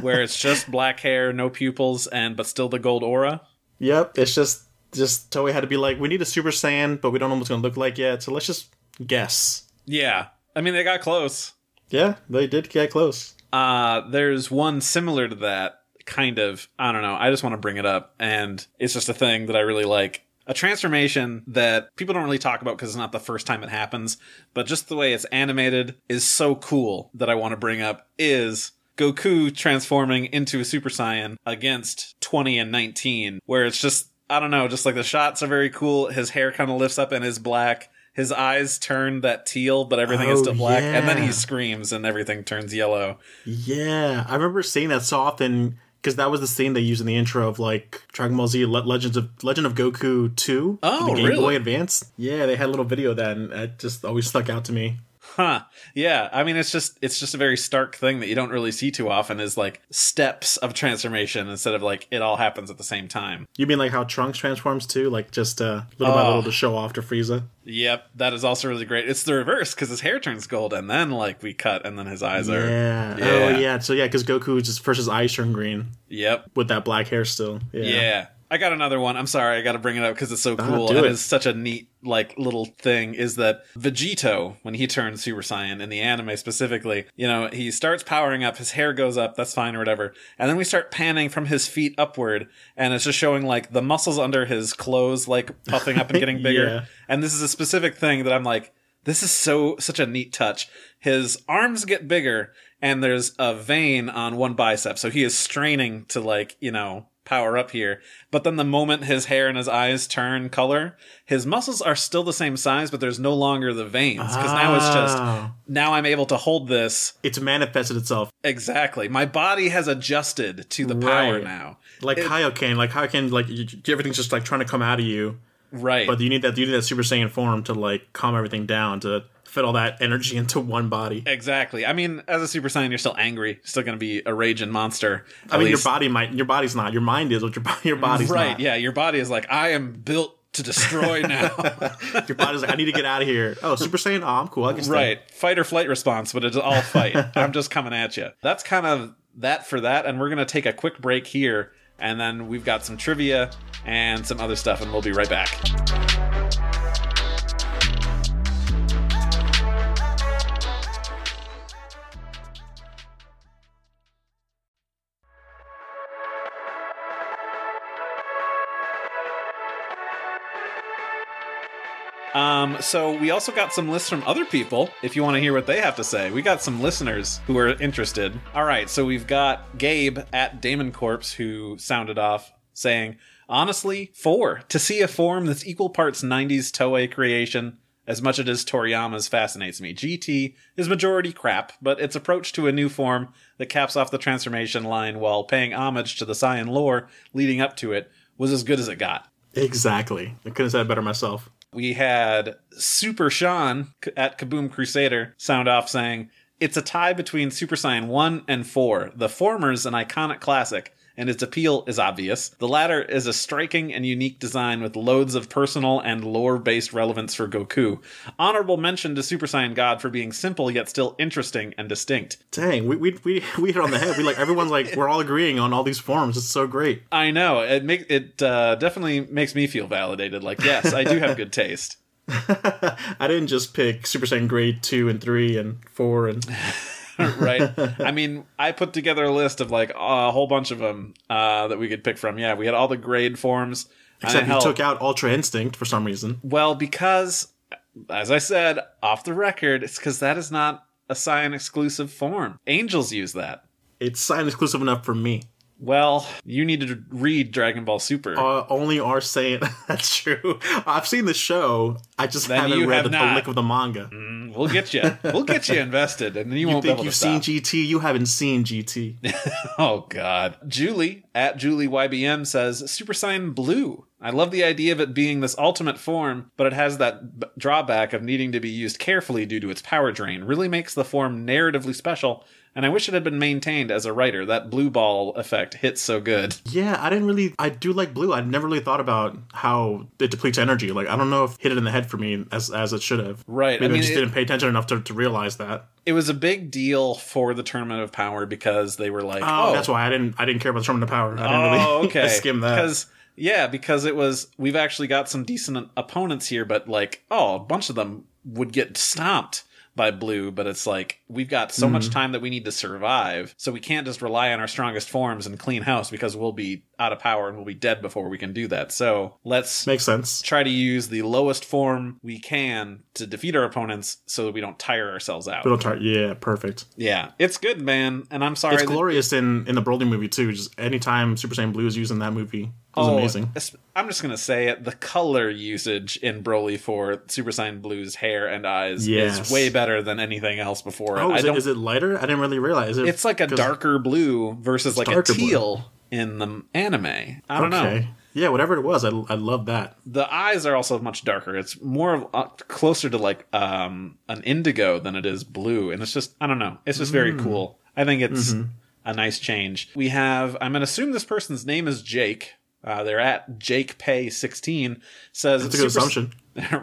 Speaker 1: Where it's just black hair, no pupils, and but still the gold aura.
Speaker 2: Yep. It's just just Toei had to be like, we need a Super Saiyan, but we don't know what it's gonna look like yet, so let's just guess.
Speaker 1: Yeah. I mean they got close.
Speaker 2: Yeah, they did get close.
Speaker 1: Uh there's one similar to that, kind of. I don't know. I just want to bring it up and it's just a thing that I really like. A transformation that people don't really talk about because it's not the first time it happens, but just the way it's animated is so cool that I want to bring up is Goku transforming into a Super Saiyan against 20 and 19, where it's just, I don't know, just like the shots are very cool. His hair kind of lifts up and is black. His eyes turn that teal, but everything is
Speaker 2: Oh,
Speaker 1: still black. And then
Speaker 2: yeah.
Speaker 1: he screams and everything turns yellow.
Speaker 2: Yeah, I remember seeing that so often because that was the scene they used in the intro of like Dragon Ball Z Le- Legends of Legend of Goku Two.
Speaker 1: Oh,
Speaker 2: the Game
Speaker 1: really?
Speaker 2: Boy Advance. Yeah, they had a little video of that, and that just always stuck out to me.
Speaker 1: Huh. Yeah. I mean, it's just it's just a very stark thing that you don't really see too often is like steps of transformation instead of like it all happens at the same time.
Speaker 2: You mean like how Trunks transforms too, like just uh, little by
Speaker 1: Oh.
Speaker 2: little to show off to Frieza?
Speaker 1: Yep, that is also really great. It's the reverse because his hair turns gold and then like we cut and then his eyes are.
Speaker 2: Yeah.
Speaker 1: Yeah.
Speaker 2: Oh yeah. So yeah, because Goku just first his eyes turn green
Speaker 1: Yep.
Speaker 2: with that black hair still. Yeah. Ah,
Speaker 1: Yeah. I got another one. I'm sorry, I got to bring it up because it's so cool
Speaker 2: do
Speaker 1: and
Speaker 2: it.
Speaker 1: it's such a neat like little thing. Is that Vegito when he turns Super Saiyan in the anime specifically? You know, he starts powering up, his hair goes up, that's fine or whatever, and then we start panning from his feet upward, and it's just showing like the muscles under his clothes like puffing up and getting bigger.
Speaker 2: Yeah.
Speaker 1: And this is a specific thing that I'm like, this is so such a neat touch. His arms get bigger and there's a vein on one bicep. So he is straining to like, you know, power up here. But then the moment his hair and his eyes turn color, his muscles are still the same size, but there's no longer the veins cuz now it's just
Speaker 2: Ah.
Speaker 1: now I'm able to hold this
Speaker 2: it's manifested itself
Speaker 1: exactly. My body has adjusted to the power
Speaker 2: Right.
Speaker 1: now.
Speaker 2: like Kaioken. Like Kaioken, like you, you- everything's just like trying to come out of you,
Speaker 1: Right.
Speaker 2: but you need that you need that Super Saiyan form to like calm everything down to fit all that energy into one body.
Speaker 1: Exactly. I mean, as a Super Saiyan, you're still angry, still going to be a raging monster.
Speaker 2: I mean, your body might, your body's not, your mind is, but your body, your body's
Speaker 1: right?
Speaker 2: not.
Speaker 1: Yeah, your body is like, I am built to destroy now.
Speaker 2: Your body's like, I need to get out of here. Oh, Super Saiyan. Oh, I'm cool. I can stay.
Speaker 1: right, fight or flight response, but it's all fight. I'm just coming at you. That's kind of that for that, and we're gonna take a quick break here, and then we've got some trivia and some other stuff, and we'll be right back. Um, so we also got some lists from other people if you want to hear what they have to say. We got some listeners who are interested. All right, so we've got Gabe at Damon Corpse who sounded off saying, honestly, four to see a form that's equal parts 90s Toei creation. As much as it is Toriyama's fascinates me. GT is majority crap, but its approach to a new form that caps off the transformation line while paying homage to the Saiyan lore leading up to it was as good as it got.
Speaker 2: Exactly. I couldn't have said it better myself.
Speaker 1: We had Super Sean c- at Kaboom Crusader sound off saying, It's a tie between Super Saiyan 1 and 4. The former's an iconic classic, and its appeal is obvious. The latter is a striking and unique design with loads of personal and lore based relevance for Goku. Honorable mention to Super Saiyan God for being simple yet still interesting and distinct.
Speaker 2: Dang, we we we, we hit it on the head. We like everyone's like we're all agreeing on all these forms. It's so great.
Speaker 1: I know, it, make, it uh, definitely makes me feel validated. Like, yes, I do have good taste.
Speaker 2: I didn't just pick Super Saiyan Grade two and three and four and
Speaker 1: right? I mean, I put together a list of like a whole bunch of them uh, that we could pick from. Yeah, we had all the grade forms. And
Speaker 2: except you
Speaker 1: hell-
Speaker 2: took out Ultra Instinct for some reason.
Speaker 1: well because, as I said off the record, it's because that is not a Scion exclusive form. Angels use that.
Speaker 2: It's sign exclusive enough for me.
Speaker 1: Well, you need to read Dragon Ball Super.
Speaker 2: Uh, only are Saiyan. That's true. I've seen the show. I just haven't
Speaker 1: you
Speaker 2: read
Speaker 1: have
Speaker 2: the, the
Speaker 1: not. Mm-hmm.
Speaker 2: lick of the manga.
Speaker 1: we'll get you. We'll get you invested, and then you,
Speaker 2: You
Speaker 1: won't be
Speaker 2: think
Speaker 1: able
Speaker 2: you've
Speaker 1: to
Speaker 2: seen
Speaker 1: stop.
Speaker 2: GT? You haven't seen GT.
Speaker 1: Oh God, Julie at Julie YBM says Super Saiyan Blue. I love the idea of it being this ultimate form, but it has that b- drawback of needing to be used carefully due to its power drain. Really makes the form narratively special, and I wish it had been maintained as a writer. That blue ball effect hits so good.
Speaker 2: Yeah, I didn't really. I do like blue. I never really thought about how it depletes energy. Like I don't know if it hit it in the head for me as as it should have.
Speaker 1: Right, I
Speaker 2: Maybe I,
Speaker 1: mean,
Speaker 2: just
Speaker 1: it-
Speaker 2: didn't pay attention enough to, to realize that.
Speaker 1: It was a big deal for the Tournament of Power because they were like,
Speaker 2: Oh,
Speaker 1: "Oh,
Speaker 2: that's why I didn't. I didn't care about the Tournament of Power. I didn't
Speaker 1: Oh,
Speaker 2: really.
Speaker 1: okay.
Speaker 2: I skimmed that.
Speaker 1: Because yeah, because it was we've actually got some decent opponents here, but like oh, a bunch of them would get stomped by blue. But it's like we've got
Speaker 2: Mm-hmm.
Speaker 1: so much time that we need to survive, so we can't just rely on our strongest forms and clean house because we'll be out of power and will be dead before we can do that. So let's
Speaker 2: Makes sense.
Speaker 1: try to use the lowest form we can to defeat our opponents so that we don't tire ourselves out.
Speaker 2: Little tart. Yeah, perfect.
Speaker 1: Yeah, it's good, man. And I'm sorry.
Speaker 2: It's
Speaker 1: that-
Speaker 2: glorious in in the Broly movie too. Just anytime Super Saiyan Blue is used in that movie, it's
Speaker 1: Oh,
Speaker 2: amazing.
Speaker 1: es- I'm just gonna say it. The color usage in Broly for Super Saiyan Blue's hair and eyes
Speaker 2: Yes.
Speaker 1: is way better than anything else before it.
Speaker 2: Oh,
Speaker 1: I
Speaker 2: is
Speaker 1: don't.
Speaker 2: it, is it lighter? I didn't really realize. it.
Speaker 1: it's like a
Speaker 2: 'cause-
Speaker 1: darker blue versus like a
Speaker 2: darker blue.
Speaker 1: teal in the anime. I don't know.
Speaker 2: Okay. Yeah, whatever it was, I, I love that.
Speaker 1: The eyes are also much darker. It's more of uh, closer to like um an indigo than it is blue, and it's just I don't know. It's just very
Speaker 2: Mm.
Speaker 1: cool. I think it's
Speaker 2: Mm-hmm.
Speaker 1: a nice change. We have I'm gonna assume this person's name is Jake. Uh, they're at Jake Pay 16 says
Speaker 2: That's a good
Speaker 1: "Super-
Speaker 2: assumption.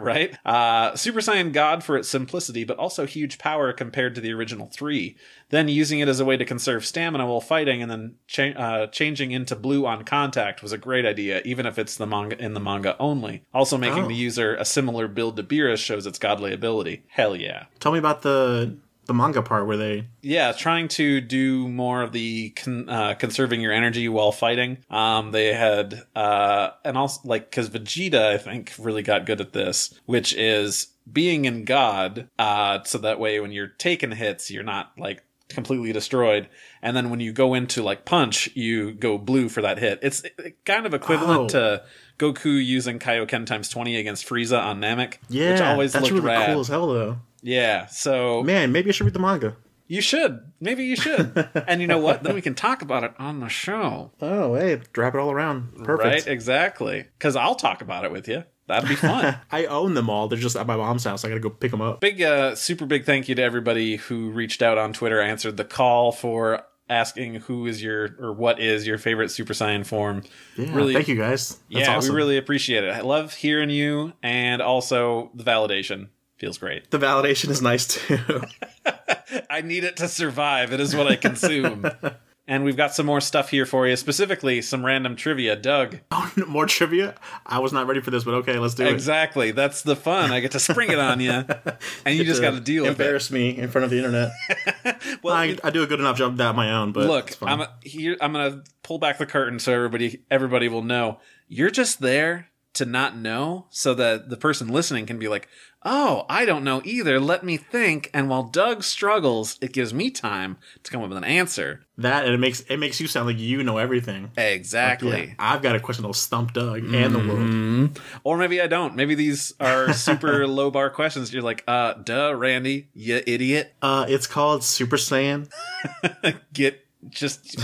Speaker 1: right? Uh, Super Saiyan God for its simplicity, but also huge power compared to the original three. Then using it as a way to conserve stamina while fighting, and then cha- uh, changing into blue on contact was a great idea, even if it's the manga in the manga only. Also, making
Speaker 2: Oh.
Speaker 1: the user a similar build to Beerus shows its godly ability. Hell yeah!
Speaker 2: Tell me about the the manga part where they
Speaker 1: yeah trying to do more of the con- uh, conserving your energy while fighting um they had uh and also like because vegeta i think really got good at this which is being in god uh so that way when you're taking hits you're not like completely destroyed and then when you go into like punch you go blue for that hit it's uh, kind of equivalent
Speaker 2: Oh.
Speaker 1: to goku using kaioken times 20 against frieza on namek
Speaker 2: yeah,
Speaker 1: which always
Speaker 2: that's
Speaker 1: looked
Speaker 2: really
Speaker 1: rad
Speaker 2: cool as hell though.
Speaker 1: yeah so
Speaker 2: Man, maybe I should read the manga.
Speaker 1: you should. Maybe you should. and you know what? Then we can talk about it on the show.
Speaker 2: Oh, hey, wrap it all around.
Speaker 1: Right?
Speaker 2: Perfect.
Speaker 1: Exactly. Because I'll talk about it with you. That'd be fun.
Speaker 2: I own them all. They're just at my mom's house. I gotta go pick them up.
Speaker 1: big, uh, super big thank you to everybody who reached out on Twitter, answered the call for asking who is your or what is your favorite Super Saiyan form.
Speaker 2: Yeah,
Speaker 1: really-
Speaker 2: thank you guys. That's
Speaker 1: yeah,
Speaker 2: awesome.
Speaker 1: we really appreciate it. I love hearing you and also the validation. Feels great.
Speaker 2: the validation is nice too.
Speaker 1: I need it to survive. It is what I consume. and we've got some more stuff here for you, specifically some random trivia. Doug,
Speaker 2: Oh, More trivia. I was not ready for this, but okay, let's do it.
Speaker 1: Exactly. That's the fun. I get to spring it on you, and you just got to deal with it.
Speaker 2: embarrass me in front of the internet.
Speaker 1: Well,
Speaker 2: I, I do a good enough job of that on my own, but
Speaker 1: look,
Speaker 2: it's fine.
Speaker 1: I'm here. I'm gonna pull back the curtain so everybody everybody will know you're just there to not know, so that the person listening can be like, "Oh, I don't know either. Let me think." And while Doug struggles, it gives me time to come up with an answer.
Speaker 2: that and it makes it makes you sound like you know everything.
Speaker 1: Exactly. Mm-hmm.
Speaker 2: Yeah, Mm-hmm. I've got a question that'll stump Doug and the world.
Speaker 1: Or maybe I don't. Maybe these are super low bar questions. You're like, "Uh, duh, Randy, you idiot."
Speaker 2: Uh, it's called Super Saiyan.
Speaker 1: get just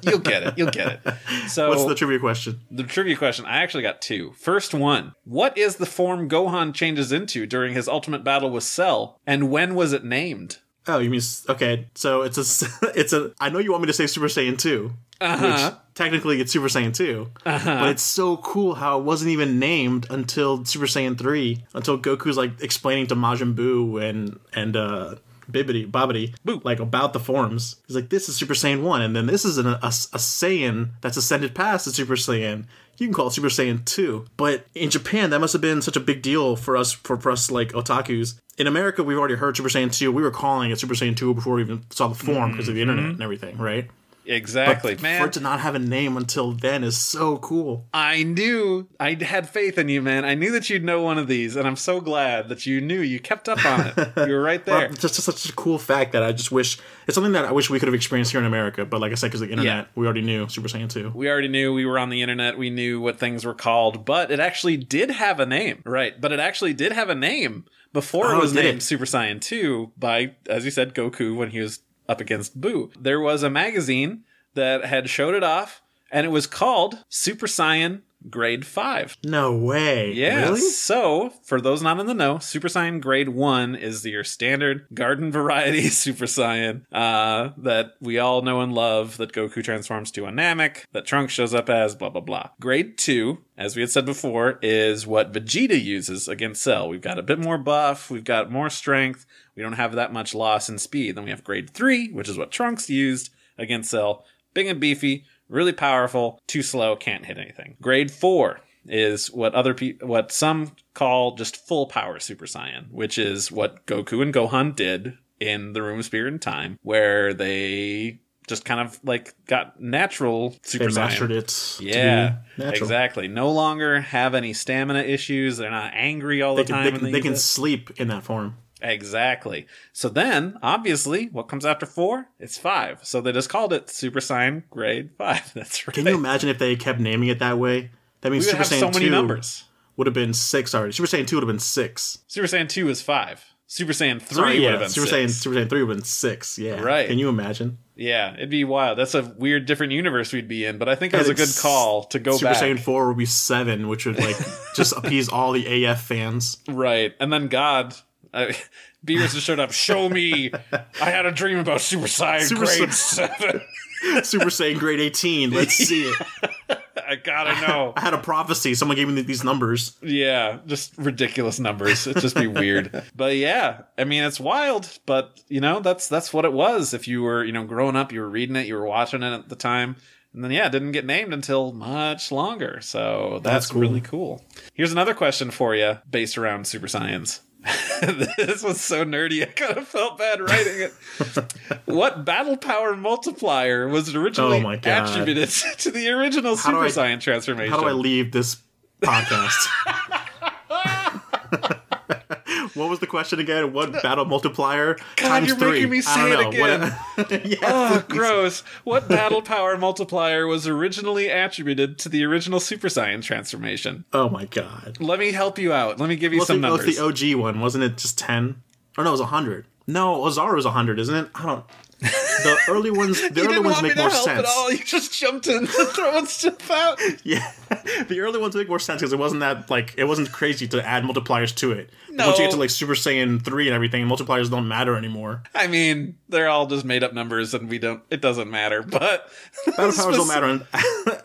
Speaker 1: you'll get it you'll get it so
Speaker 2: What's the
Speaker 1: the,
Speaker 2: trivia question?
Speaker 1: trivia question i actually got two first one what is the form gohan changes into during his ultimate battle with cell and when was it named
Speaker 2: Oh, you mean s- okay? So it's a s- it's a. I know you want me to say Super Saiyan two,
Speaker 1: Uh-huh.
Speaker 2: which technically it's Super Saiyan 2 but it's so cool how it wasn't even named until Super Saiyan three, until Goku's like explaining to Majin Buu and and uh, Bibbidi Bobbidi
Speaker 1: Boo.
Speaker 2: like about the forms. He's like, this is Super Saiyan one, and then this is an, a a Saiyan that's ascended past the Super Saiyan. You can call it Super Saiyan 2. But in Japan, that must have been such a big deal for us, for, for us like otakus. In America, we've already heard Super Saiyan 2. We were calling it Super Saiyan 2 before we even saw the
Speaker 1: Mm-hmm.
Speaker 2: form because of the internet and everything, right?
Speaker 1: exactly
Speaker 2: For
Speaker 1: man
Speaker 2: it to not have a name until then is so cool.
Speaker 1: i knew i had faith in you man i knew that you'd know one of these and i'm so glad that you knew you kept up on it you were right there
Speaker 2: It's just such a cool fact that I just wish it's something that I wish we could have experienced here in America. But like I said, because the internet, we already knew Super Saiyan 2.
Speaker 1: we already knew we were on the internet we knew what things were called but it actually did have a name right but it actually did have a name before
Speaker 2: Oh,
Speaker 1: it was
Speaker 2: did it?
Speaker 1: named super saiyan 2 by as you said goku when he was up against boo there was a magazine that had showed it off and it was called super saiyan grade 5
Speaker 2: No way.
Speaker 1: yeah.
Speaker 2: Really?
Speaker 1: So, for those not in the know, Super Saiyan Grade 1 is your standard garden variety Super Saiyan uh, that we all know and love, that Goku transforms to a Namek, that Trunks shows up as, blah, blah, blah. Grade 2, as we had said before, is what Vegeta uses against Cell. We've got a bit more buff, we've got more strength, we don't have that much loss in speed. Then we have Grade 3, which is what Trunks used against Cell. Big and beefy, really powerful, too slow, can't hit anything. Grade 4 is what other pe- what some call just full power Super Saiyan, which is what Goku and Gohan did in the Room of Spirit and Time, where they just kind of like got natural
Speaker 2: They
Speaker 1: super saiyan.
Speaker 2: mastered it. to be
Speaker 1: Yeah,
Speaker 2: natural.
Speaker 1: exactly. No longer have any stamina issues. They're not angry all
Speaker 2: They
Speaker 1: the
Speaker 2: can,
Speaker 1: time.
Speaker 2: they
Speaker 1: when
Speaker 2: can, they
Speaker 1: use
Speaker 2: can
Speaker 1: it.
Speaker 2: sleep in that form.
Speaker 1: Exactly. So then, obviously, what comes after four? It's five. So they just called it Super Saiyan Grade Five. That's right.
Speaker 2: Can you imagine if they kept naming it that way? That means
Speaker 1: we would
Speaker 2: Super
Speaker 1: have
Speaker 2: Saiyan
Speaker 1: so many
Speaker 2: 2
Speaker 1: numbers.
Speaker 2: would have been six already. Super Saiyan 2 would have been six.
Speaker 1: Super Saiyan two is five. Super Saiyan three
Speaker 2: Sorry,
Speaker 1: would
Speaker 2: yeah,
Speaker 1: have been
Speaker 2: Super
Speaker 1: six.
Speaker 2: Saiyan Super Saiyan 3 would have been six. Yeah.
Speaker 1: Right.
Speaker 2: Can you imagine?
Speaker 1: Yeah, it'd be wild. That's a weird, different universe we'd be in. But I think it was a
Speaker 2: think
Speaker 1: good call to go
Speaker 2: Super
Speaker 1: back.
Speaker 2: Saiyan 4 would be seven, which would like just appease all the AF fans.
Speaker 1: Right. And then God, uh, Beerus just showed up. Show me. I had a dream about Super Saiyan
Speaker 2: Super
Speaker 1: Grade
Speaker 2: Sai-
Speaker 1: 7.
Speaker 2: Super Saiyan grade 18. Let's see it.
Speaker 1: I gotta know.
Speaker 2: I had a prophecy. Someone gave me these numbers.
Speaker 1: Yeah, just ridiculous numbers. It'd just be weird. But yeah, I mean it's wild, but you know, that's that's what it was. If you were, you know, growing up, you were reading it, you were watching it at the time. And then yeah, it didn't get named until much longer. So that's,
Speaker 2: That's cool.
Speaker 1: really cool. Here's another question for you based around Super Science. this was so nerdy, I kind of felt bad writing it. what battle power multiplier was originally
Speaker 2: Oh my God.
Speaker 1: attributed to the original
Speaker 2: How do
Speaker 1: Super
Speaker 2: I-
Speaker 1: Saiyan transformation?
Speaker 2: How do I leave this podcast? what was the question again? What battle multiplier times
Speaker 1: you're
Speaker 2: three?
Speaker 1: making me say
Speaker 2: I
Speaker 1: it
Speaker 2: don't know. What- yeah.
Speaker 1: Oh, gross. What battle power multiplier was originally attributed to the original Super Saiyan transformation?
Speaker 2: Oh my god.
Speaker 1: Let me help you out. Let me give you
Speaker 2: What's
Speaker 1: some
Speaker 2: the, what's
Speaker 1: numbers.
Speaker 2: the OG one? Wasn't it just ten? Or no, it was hundred. No, Ozaru was hundred, isn't it? I don't. The early ones. The
Speaker 1: you
Speaker 2: early
Speaker 1: didn't
Speaker 2: ones
Speaker 1: want me
Speaker 2: make
Speaker 1: to
Speaker 2: more
Speaker 1: help
Speaker 2: sense.
Speaker 1: at all. You just jumped in throwing stuff out.
Speaker 2: Yeah, the early ones make more sense because it wasn't that like it wasn't crazy to add multipliers to it.
Speaker 1: No.
Speaker 2: Once you get to like Super Saiyan three and everything, multipliers don't matter anymore.
Speaker 1: I mean, they're all just made up numbers, and we don't. It doesn't matter. But
Speaker 2: Battle powers don't matter and,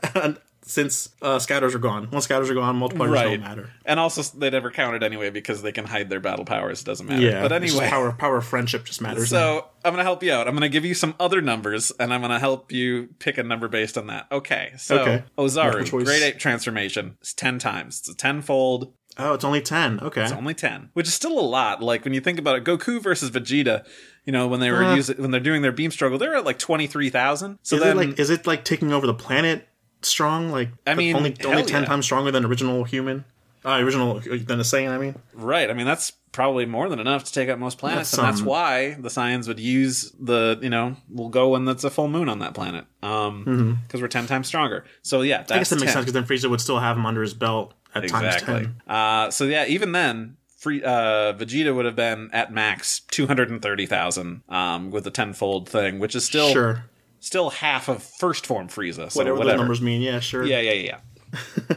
Speaker 2: and since uh, scatters are gone. Once scatters are gone, multipliers
Speaker 1: Right.
Speaker 2: don't matter.
Speaker 1: And also, they never count it anyway because they can hide their battle powers. It doesn't matter.
Speaker 2: Yeah,
Speaker 1: But
Speaker 2: it's just
Speaker 1: anyway,
Speaker 2: power power of friendship just matters. now.
Speaker 1: So I'm gonna help you out. I'm gonna give you some other numbers, and I'm gonna help you pick a number based on that. Okay. So
Speaker 2: Okay.
Speaker 1: Ozaru,
Speaker 2: Multiple choice.
Speaker 1: grade eight transformation. It's ten times. It's a tenfold.
Speaker 2: oh, it's only ten. Okay,
Speaker 1: It's only ten, which is still a lot. Like when you think about it, Goku versus Vegeta. You know when they were
Speaker 2: Uh.
Speaker 1: using when they're doing their beam struggle, they're at like twenty three thousand. So
Speaker 2: is
Speaker 1: then,
Speaker 2: it like is it like taking over the planet strong? Like
Speaker 1: I mean,
Speaker 2: only
Speaker 1: hell
Speaker 2: only ten
Speaker 1: yeah.
Speaker 2: times stronger than original human. Uh, original than a Saiyan. I mean,
Speaker 1: right? I mean, that's probably more than enough to take out most planets,
Speaker 2: That's,
Speaker 1: and that's
Speaker 2: um,
Speaker 1: why the Saiyans would use the you know we'll go when it's a full moon on that planet, um, because we're ten times stronger. So yeah, that's
Speaker 2: Mm-hmm. I guess that makes
Speaker 1: 10.
Speaker 2: sense because then Frieza would still have him under his belt at times
Speaker 1: Exactly.
Speaker 2: ten.
Speaker 1: Uh, so yeah, even then, free, uh, Vegeta would have been at max two hundred and thirty thousand um, with the tenfold thing, which is still
Speaker 2: Sure.
Speaker 1: still half of first form Frieza. So
Speaker 2: whatever,
Speaker 1: whatever,
Speaker 2: those numbers mean. Yeah, sure.
Speaker 1: Yeah, yeah, yeah. yeah.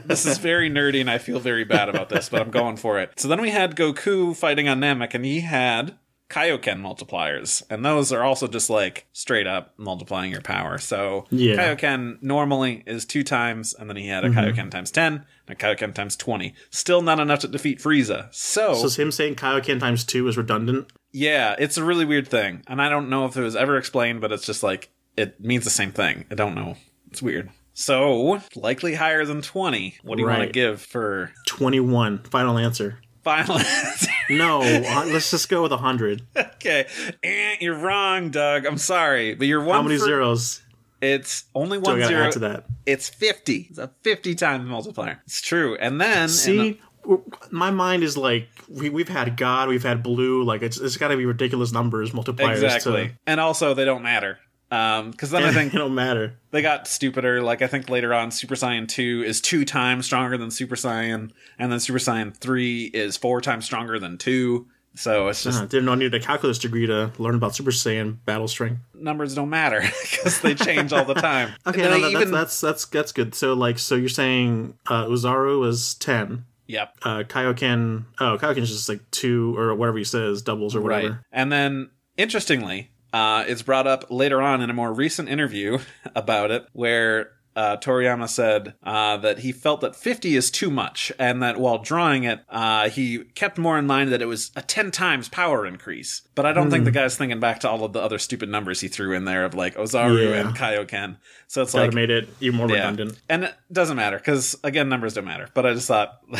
Speaker 1: this is very nerdy, and I feel very bad about this, but I'm going for it. So then we had Goku fighting on Namek, and he had Kaioken multipliers, and those are also just like straight up multiplying your power. So
Speaker 2: Yeah.
Speaker 1: Kaioken normally is two times, and then he had a Kaioken times ten, and a Kaioken times twenty. Still not enough to defeat Frieza.
Speaker 2: So it's him saying Kaioken times two is redundant.
Speaker 1: yeah, it's a really weird thing, and I don't know if it was ever explained, but it's just like it means the same thing. I don't know. It's weird. So likely higher than twenty. What do you want to
Speaker 2: Right.
Speaker 1: give for
Speaker 2: Twenty-one. Final answer.
Speaker 1: final? answer?
Speaker 2: No, uh, let's just go with hundred.
Speaker 1: okay, eh, you're wrong, Doug. I'm sorry, but you're one.
Speaker 2: How many
Speaker 1: for-
Speaker 2: zeros
Speaker 1: It's only
Speaker 2: do I
Speaker 1: one
Speaker 2: gotta
Speaker 1: zero.
Speaker 2: add to that?
Speaker 1: It's fifty. It's a fifty times multiplier. It's true. And then in the-
Speaker 2: See, w my mind is like we, we've had God, we've had blue. Like it's it's got to be ridiculous numbers multipliers.
Speaker 1: exactly, and also they don't matter. Um, because then I
Speaker 2: To,
Speaker 1: think
Speaker 2: it don't matter.
Speaker 1: they got stupider. Like I think later on, Super Saiyan two is two times stronger than Super Saiyan, and then Super Saiyan three is four times stronger than two. So it's just
Speaker 2: Uh, didn't know I needed a calculus degree to learn about Super Saiyan battle string.
Speaker 1: numbers don't matter because they change all the time.
Speaker 2: Okay,
Speaker 1: And
Speaker 2: no,
Speaker 1: they
Speaker 2: that, that's, that's that's that's good. So like, so you're saying uh, Uzaru was ten.
Speaker 1: yep,
Speaker 2: Uh, Kaioken, oh, Kaioken's just like two or whatever he says, doubles or whatever.
Speaker 1: right. And then interestingly, uh, it's brought up later on in a more recent interview about it, where uh, Toriyama said uh, that he felt that 50 is too much, and that while drawing it, uh, he kept more in mind that it was a 10 times power increase. But I don't
Speaker 2: Hmm.
Speaker 1: think the guy's thinking back to all of the other stupid numbers he threw in there of like Ozaru
Speaker 2: Yeah.
Speaker 1: and Kaioken. So it's
Speaker 2: That
Speaker 1: like.
Speaker 2: made it even more
Speaker 1: Yeah.
Speaker 2: redundant.
Speaker 1: And it doesn't matter because again, numbers don't matter. But I just thought,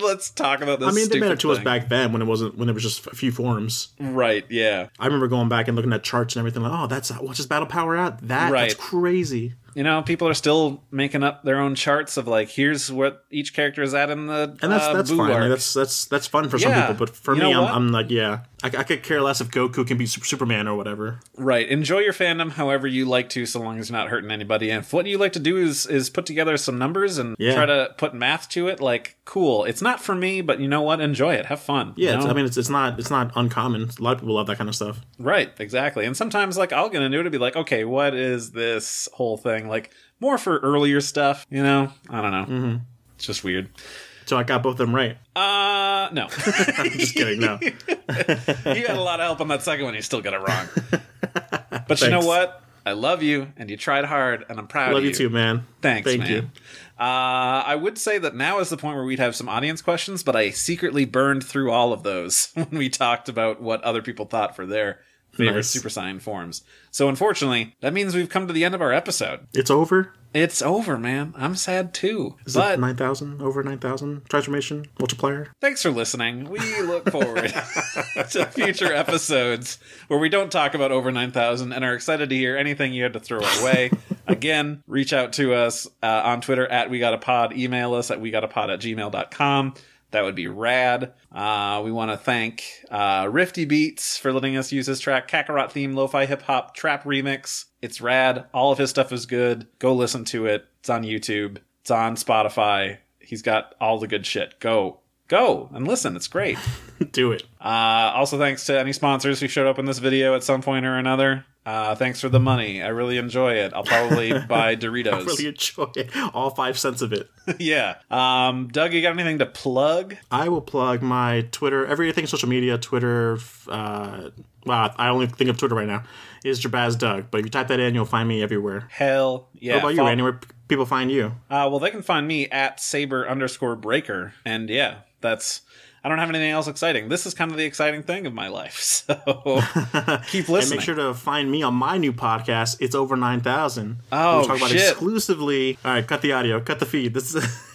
Speaker 1: let's talk about this.
Speaker 2: I mean, they
Speaker 1: stupid
Speaker 2: mattered to us
Speaker 1: thing.
Speaker 2: back then when it wasn't when it was just a few forms.
Speaker 1: right? Yeah,
Speaker 2: I remember going back and looking at charts and everything like, oh, that's what's his battle power at? That
Speaker 1: Right.
Speaker 2: that's crazy.
Speaker 1: you know, people are still making up their own charts of like, here's what each character is at in the
Speaker 2: And that's
Speaker 1: uh,
Speaker 2: that's
Speaker 1: Buu
Speaker 2: fine. Like,
Speaker 1: arc.
Speaker 2: that's that's that's fun for
Speaker 1: Yeah.
Speaker 2: some people, but for
Speaker 1: You
Speaker 2: me,
Speaker 1: know
Speaker 2: I'm,
Speaker 1: what?
Speaker 2: I'm like, yeah, I, I could care less if Goku can be Sup- Superman or whatever.
Speaker 1: Right. Enjoy your fandom however you like to, so long as you're not hurting anybody. And if what you like to do is is put together some numbers and
Speaker 2: Yeah.
Speaker 1: try to put math to it, like, cool. It's not for me, but you know what? Enjoy it. Have fun.
Speaker 2: Yeah,
Speaker 1: you
Speaker 2: it's,
Speaker 1: know?
Speaker 2: I mean, it's, it's not it's not uncommon. A lot of people love that kind of stuff.
Speaker 1: Right, exactly. And sometimes like I'll get into it and be like, okay, what is this whole thing? Like more for earlier stuff, you know? I don't know. Mm-hmm. It's just weird.
Speaker 2: So I got both of them right.
Speaker 1: Uh no.
Speaker 2: Just kidding. No,
Speaker 1: you had a lot of help on that second one, you still got it wrong. But you know
Speaker 2: Thanks.
Speaker 1: what? I love you and you tried hard and I'm proud
Speaker 2: love
Speaker 1: of
Speaker 2: you too, man.
Speaker 1: Thanks,
Speaker 2: Thank
Speaker 1: man.
Speaker 2: you.
Speaker 1: Uh, I would say that now is the point where we'd have some audience questions, but I secretly burned through all of those when we talked about what other people thought for their favorite
Speaker 2: Nice.
Speaker 1: Super Saiyan forms. So unfortunately, that means we've come to the end of our episode.
Speaker 2: It's over.
Speaker 1: It's over, man. I'm sad too.
Speaker 2: Is
Speaker 1: but
Speaker 2: it nine thousand over nine thousand transformation multiplier?
Speaker 1: thanks for listening. We look forward to future episodes where we don't talk about over 9,000 and are excited to hear anything you had to throw our way. Again, reach out to us uh, on Twitter at We Got a Pod. Email us at We Got a Pod at gmail.com. That would be rad. Uh, we want to thank uh, Rifty Beats for letting us use his track, Kakarot theme, lo-fi hip hop trap remix. It's rad. All of his stuff is good. Go listen to it. It's on YouTube. It's on Spotify. He's got all the good shit. Go, go and listen. It's great.
Speaker 2: Do it.
Speaker 1: Uh, also, thanks to any sponsors who showed up in this video at some point or another. Uh, thanks for the money. I really enjoy it. I'll probably buy Doritos.
Speaker 2: Really enjoy it. All five cents of it.
Speaker 1: yeah. Um, Doug, you got anything to plug?
Speaker 2: I will plug my Twitter, everything social media, Twitter. f- Uh, wow, I only think of Twitter right now. Is Jabaz Doug, but if you type that in, you'll find me everywhere.
Speaker 1: Hell yeah.
Speaker 2: How about you,
Speaker 1: Fol-
Speaker 2: Randy? Where p- people find you?
Speaker 1: Uh, well, they can find me at saber underscore breaker. And yeah, that's. I don't have anything else exciting. This is kind of the exciting thing of my life. So keep
Speaker 2: And
Speaker 1: listening.
Speaker 2: make sure to find me on my new podcast. It's over nine thousand.
Speaker 1: Oh,
Speaker 2: we talk about
Speaker 1: shit.
Speaker 2: exclusively. All right, cut the audio, cut the feed. This is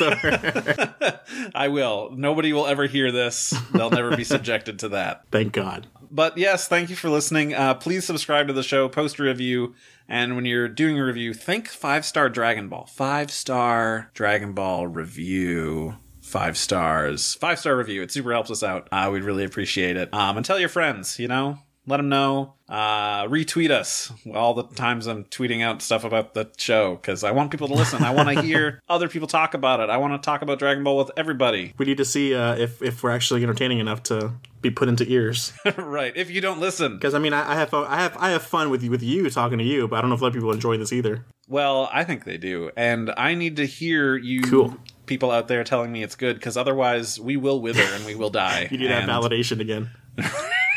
Speaker 2: over.
Speaker 1: I will. Nobody will ever hear this. They'll never be subjected to that.
Speaker 2: Thank God.
Speaker 1: But yes, thank you for listening. Uh, please subscribe to the show, post a review, and when you're doing a review, think five star Dragon Ball. Five star Dragon Ball review. Five stars. Five star review. It super helps us out. Uh, we'd really appreciate it. Um, and tell your friends, you know? Let them know. Uh, retweet us all the times I'm tweeting out stuff about the show because I want people to listen. I want to hear other people talk about it. I want to talk about Dragon Ball with everybody.
Speaker 2: We need to see uh, if if we're actually entertaining enough to be put into ears.
Speaker 1: right. If you don't listen,
Speaker 2: Because I mean, I, I have I have I have fun with you with you talking to you, but I don't know if a lot of people enjoy this either.
Speaker 1: Well, I think they do, and I need to hear you
Speaker 2: Cool.
Speaker 1: people out there telling me it's good, because otherwise we will wither and we will die.
Speaker 2: You need
Speaker 1: And-
Speaker 2: that validation again.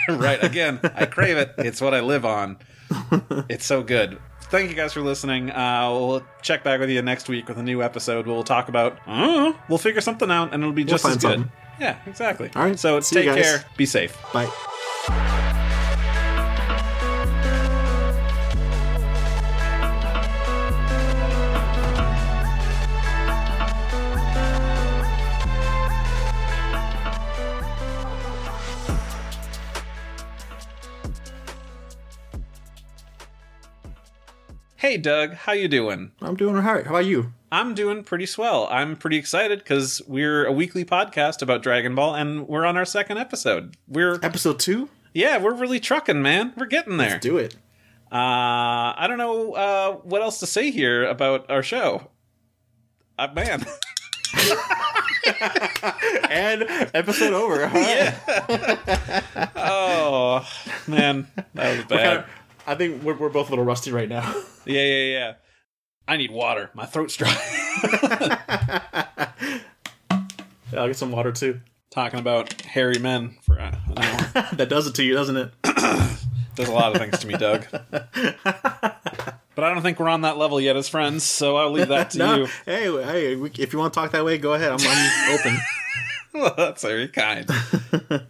Speaker 1: right again. I crave it. It's what I live on. It's so good. Thank you guys for listening. Uh, we'll check back with you next week with a new episode. We'll talk about. I don't know. We'll figure something out, and it'll be just
Speaker 2: find
Speaker 1: as good.
Speaker 2: something.
Speaker 1: Yeah, exactly.
Speaker 2: All right,
Speaker 1: So
Speaker 2: see you
Speaker 1: take
Speaker 2: guys.
Speaker 1: care. Be safe.
Speaker 2: Bye.
Speaker 1: Hey, Doug, how you doing?
Speaker 2: I'm doing all right. How about you?
Speaker 1: I'm doing pretty swell. I'm pretty excited because we're a weekly podcast about Dragon Ball, and we're on our second episode. We're
Speaker 2: Episode two.
Speaker 1: yeah, we're really trucking, man. We're getting there.
Speaker 2: Do it.
Speaker 1: Uh, I don't know uh, what else to say here about our show. Uh, man,
Speaker 2: And episode over. All right.
Speaker 1: oh man, that was bad.
Speaker 2: Kinda- I think we're, we're both a little rusty right now.
Speaker 1: Yeah, yeah, yeah. I need water. My throat's dry.
Speaker 2: Yeah, I'll get some water too.
Speaker 1: Talking about hairy men for uh, an hour.
Speaker 2: that does it to you, doesn't it?
Speaker 1: Does a lot of things to me, Doug. But But I don't think we're on that level yet as friends, so I'll leave that to
Speaker 2: No,
Speaker 1: you.
Speaker 2: hey, hey, we- if you want to talk that way, go ahead. I'm, I'm open.
Speaker 1: Well, that's very kind.